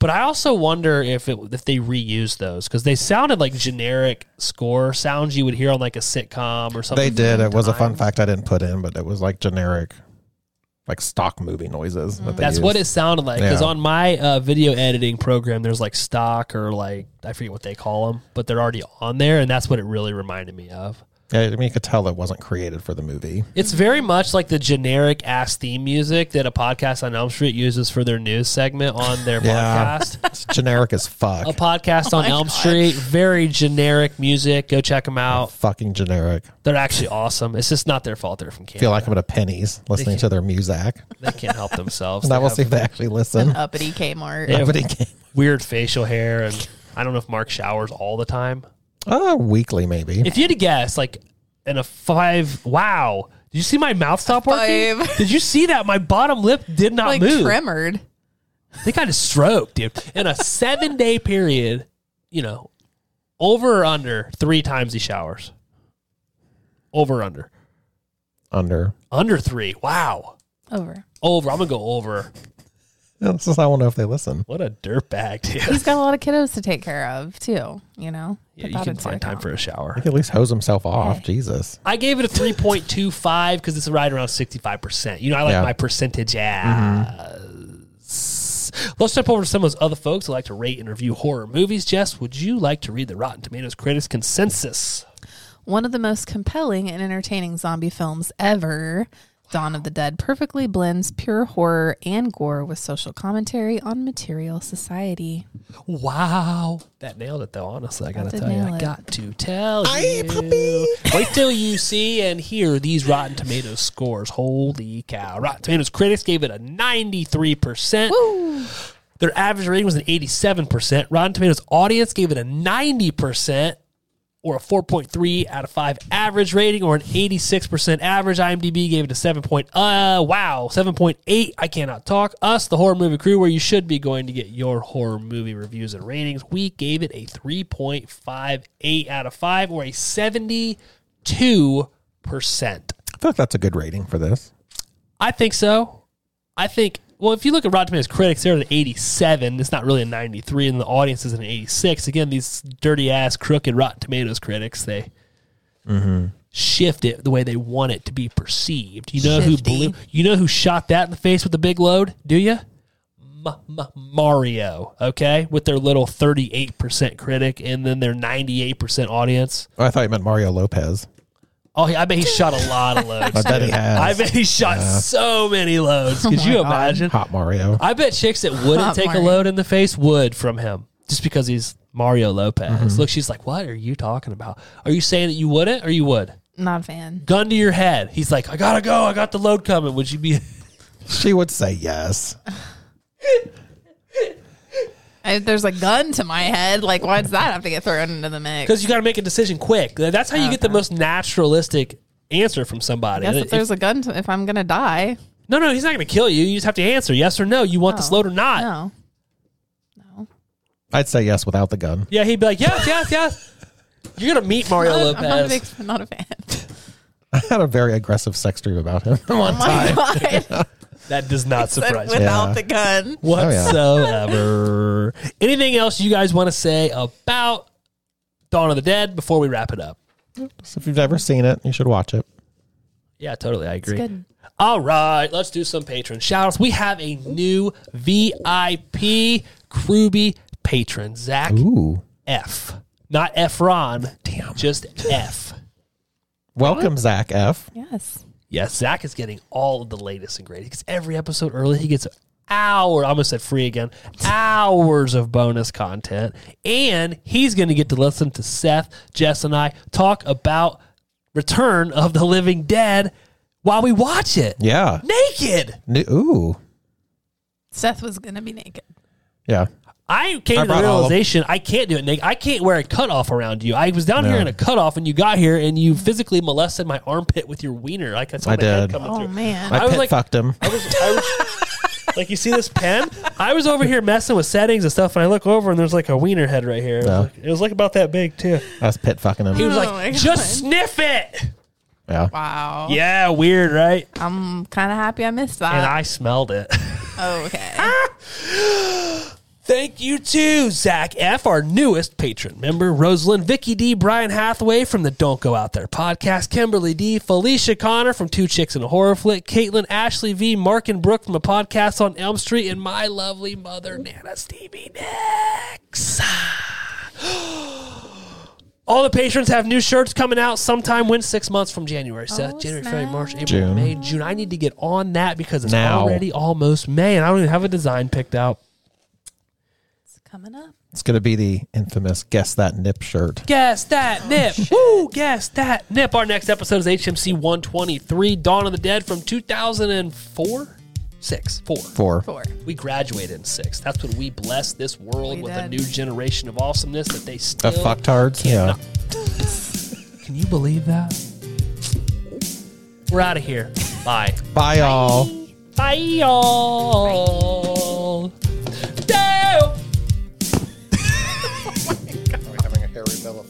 But I also wonder if it, if they reused those because they sounded like generic score sounds you would hear on like a sitcom or something. They did. It was a fun Times. fact I didn't put in, but it was like generic, like stock movie noises. that they Mm. That's what used. it sounded like because Yeah. on my uh, video editing program, there's like stock or like I forget what they call them, but they're already on there, and that's what it really reminded me of. I mean, you could tell it wasn't created for the movie. It's very much like the generic ass theme music that a podcast on Elm Street uses for their news segment on their Yeah. podcast. It's generic as fuck. A podcast on Elm Street, very generic music. Go check them out. Fucking generic. They're actually awesome. It's just not their fault. They're from Canada. Feel like I'm at a pennies listening to their music. they can't help themselves. And I They will have see if they actually listen. Uppity Kmart. Yeah. Nobody can- weird facial hair, and I don't know if Mark showers all the time. Uh, weekly, maybe. If you had to guess, like in a five, wow. Did you see my mouth stop working? Five. Did you see that? My bottom lip did not Like move. tremored. They got a stroke, dude. In a seven day period, you know, over or under three times he showers. Over or under. Under. Under three. Wow. Over. Over. I'm gonna go over. Yeah, This is, I won't know if they listen. What a dirtbag, dude. He's got a lot of kiddos to take care of too. You know. Yeah, Put you that can into find time account. for a shower. He could at least hose himself off. Hey. Jesus. I gave it a 3.25 because it's right around 65%. You know, I like Yeah. my percentage as. Let's jump over to some of those other folks who like to rate and review horror movies. Jess, would you like to read the Rotten Tomatoes critics consensus? One of the most compelling and entertaining zombie films ever, Dawn of the Dead perfectly blends pure horror and gore with social commentary on material society. Wow. That nailed it, though, honestly. I got to did tell you. nail I it. got to tell you. Wait till you see and hear these Rotten Tomatoes scores. Holy cow. Rotten Tomatoes critics gave it a 93%. Their average rating was an 87%. Rotten Tomatoes audience gave it a 90%. Or a 4.3 out of 5 average rating, or an 86% average. IMDb gave it a 7. Point, uh, wow, 7.8. I cannot talk. Us, the horror movie crew, where you should be going to get your horror movie reviews and ratings. We gave it a 3.58 out of 5, or a 72%. I feel like that's a good rating for this. I think so. I think. Well, if you look at Rotten Tomatoes critics, they're at an 87. It's not really a 93, and the audience is at an 86. Again, these dirty ass, crooked Rotten Tomatoes critics, they shift it the way they want it to be perceived. You know who Shifty. blew? You know who shot that in the face with the big load? Do you? M- M- Mario, okay, with their little 38% critic and then their 98% audience. Oh, I thought you meant Mario Lopez. Oh, I bet he shot a lot of loads. I bet he too. has. Oh I bet he shot so many loads. Could you imagine? Hot Mario. I bet chicks that wouldn't Hot take a Mario. load in the face would from him just because he's Mario Lopez. Mm-hmm. Look, she's like, "What are you talking about? Are you saying that you wouldn't or you would?" Not a fan. Gun to your head. He's like, "I gotta go. I got the load coming." Would you be? She would say yes. I, there's a gun to my head. Like, why does that have to get thrown into the mix? Because you got to make a decision quick. That's how you get the most naturalistic answer from somebody. Guess And if if- there's a gun, to, if I'm gonna die, no, no, he's not gonna kill you. You just have to answer yes or no. You want this Oh. load or not? no. I'd say yes without the gun. Yeah, he'd be like, "Yes, yes, yes." You're gonna meet Mario I'm Lopez. not a, big, not a fan. I had a very aggressive sex dream about him one My time. God. that does not surprise me. Without Yeah. the gun. Oh, yeah. whatsoever. Anything else you guys want to say about Dawn of the Dead before we wrap it up? So if you've never seen it, you should watch it. Yeah, totally. I agree. Good. All right, let's do some patron shoutouts. We have a new VIP Crewby patron, Zach Ooh. F. Not Efron. Damn. Just F. Welcome, Zach F. Yes. Yes, Zach is getting all of the latest and greatest. He gets every episode early. He gets hour, I almost said free again, hours of bonus content. And he's going to get to listen to Seth, Jess, and I talk about Return of the Living Dead while we watch it. Yeah. Naked. N- Ooh. Seth was gonna be naked. Yeah. I came to I the brought all of- realization I can't do it, Nick. I can't wear a cutoff around you. I was down here No. in a cutoff, and you got here, and you physically molested my armpit with your wiener. Like that's I my head did. coming Oh through. man. I, I was pit like- fucked him. I was, I was like, you see this pen? I was over here messing with settings and stuff, and I look over and there's like a wiener head right here. It, was Yeah. like, it was like about that big too. I was pit fucking He him. was Oh my like, God. just sniff it. Yeah. Wow. Yeah, weird, right? I'm kind of happy I missed And that. I smelled it. okay. Ah! Thank you to Zach F., our newest patron member, Rosalind, Vicky D., Brian Hathaway from the Don't Go Out There podcast, Kimberly D., Felicia Connor from Two Chicks and a Horror Flick, Caitlin, Ashley V., Mark and Brooke from a podcast on Elm Street, and my lovely mother, Nana Stevie Nicks. All the patrons have new shirts coming out sometime when six months from January. So Oh, January, February, March, April, June. May, June. I need to get on that because it's Now. already almost May, and I don't even have a design picked out. It's coming up. It's going to be the infamous guess that nip shirt. Guess that nip. Woo, guess that nip. Our next episode is HMC 123, Dawn of the Dead from 2004? Six, four. For Four. We graduated in six. That's when we blessed this world We with a did. new generation of awesomeness that they the still. fucktards. Yeah. Can you believe that? We're out of here. Bye. Bye, all. Bye, y'all. Damn. Are we having a Harry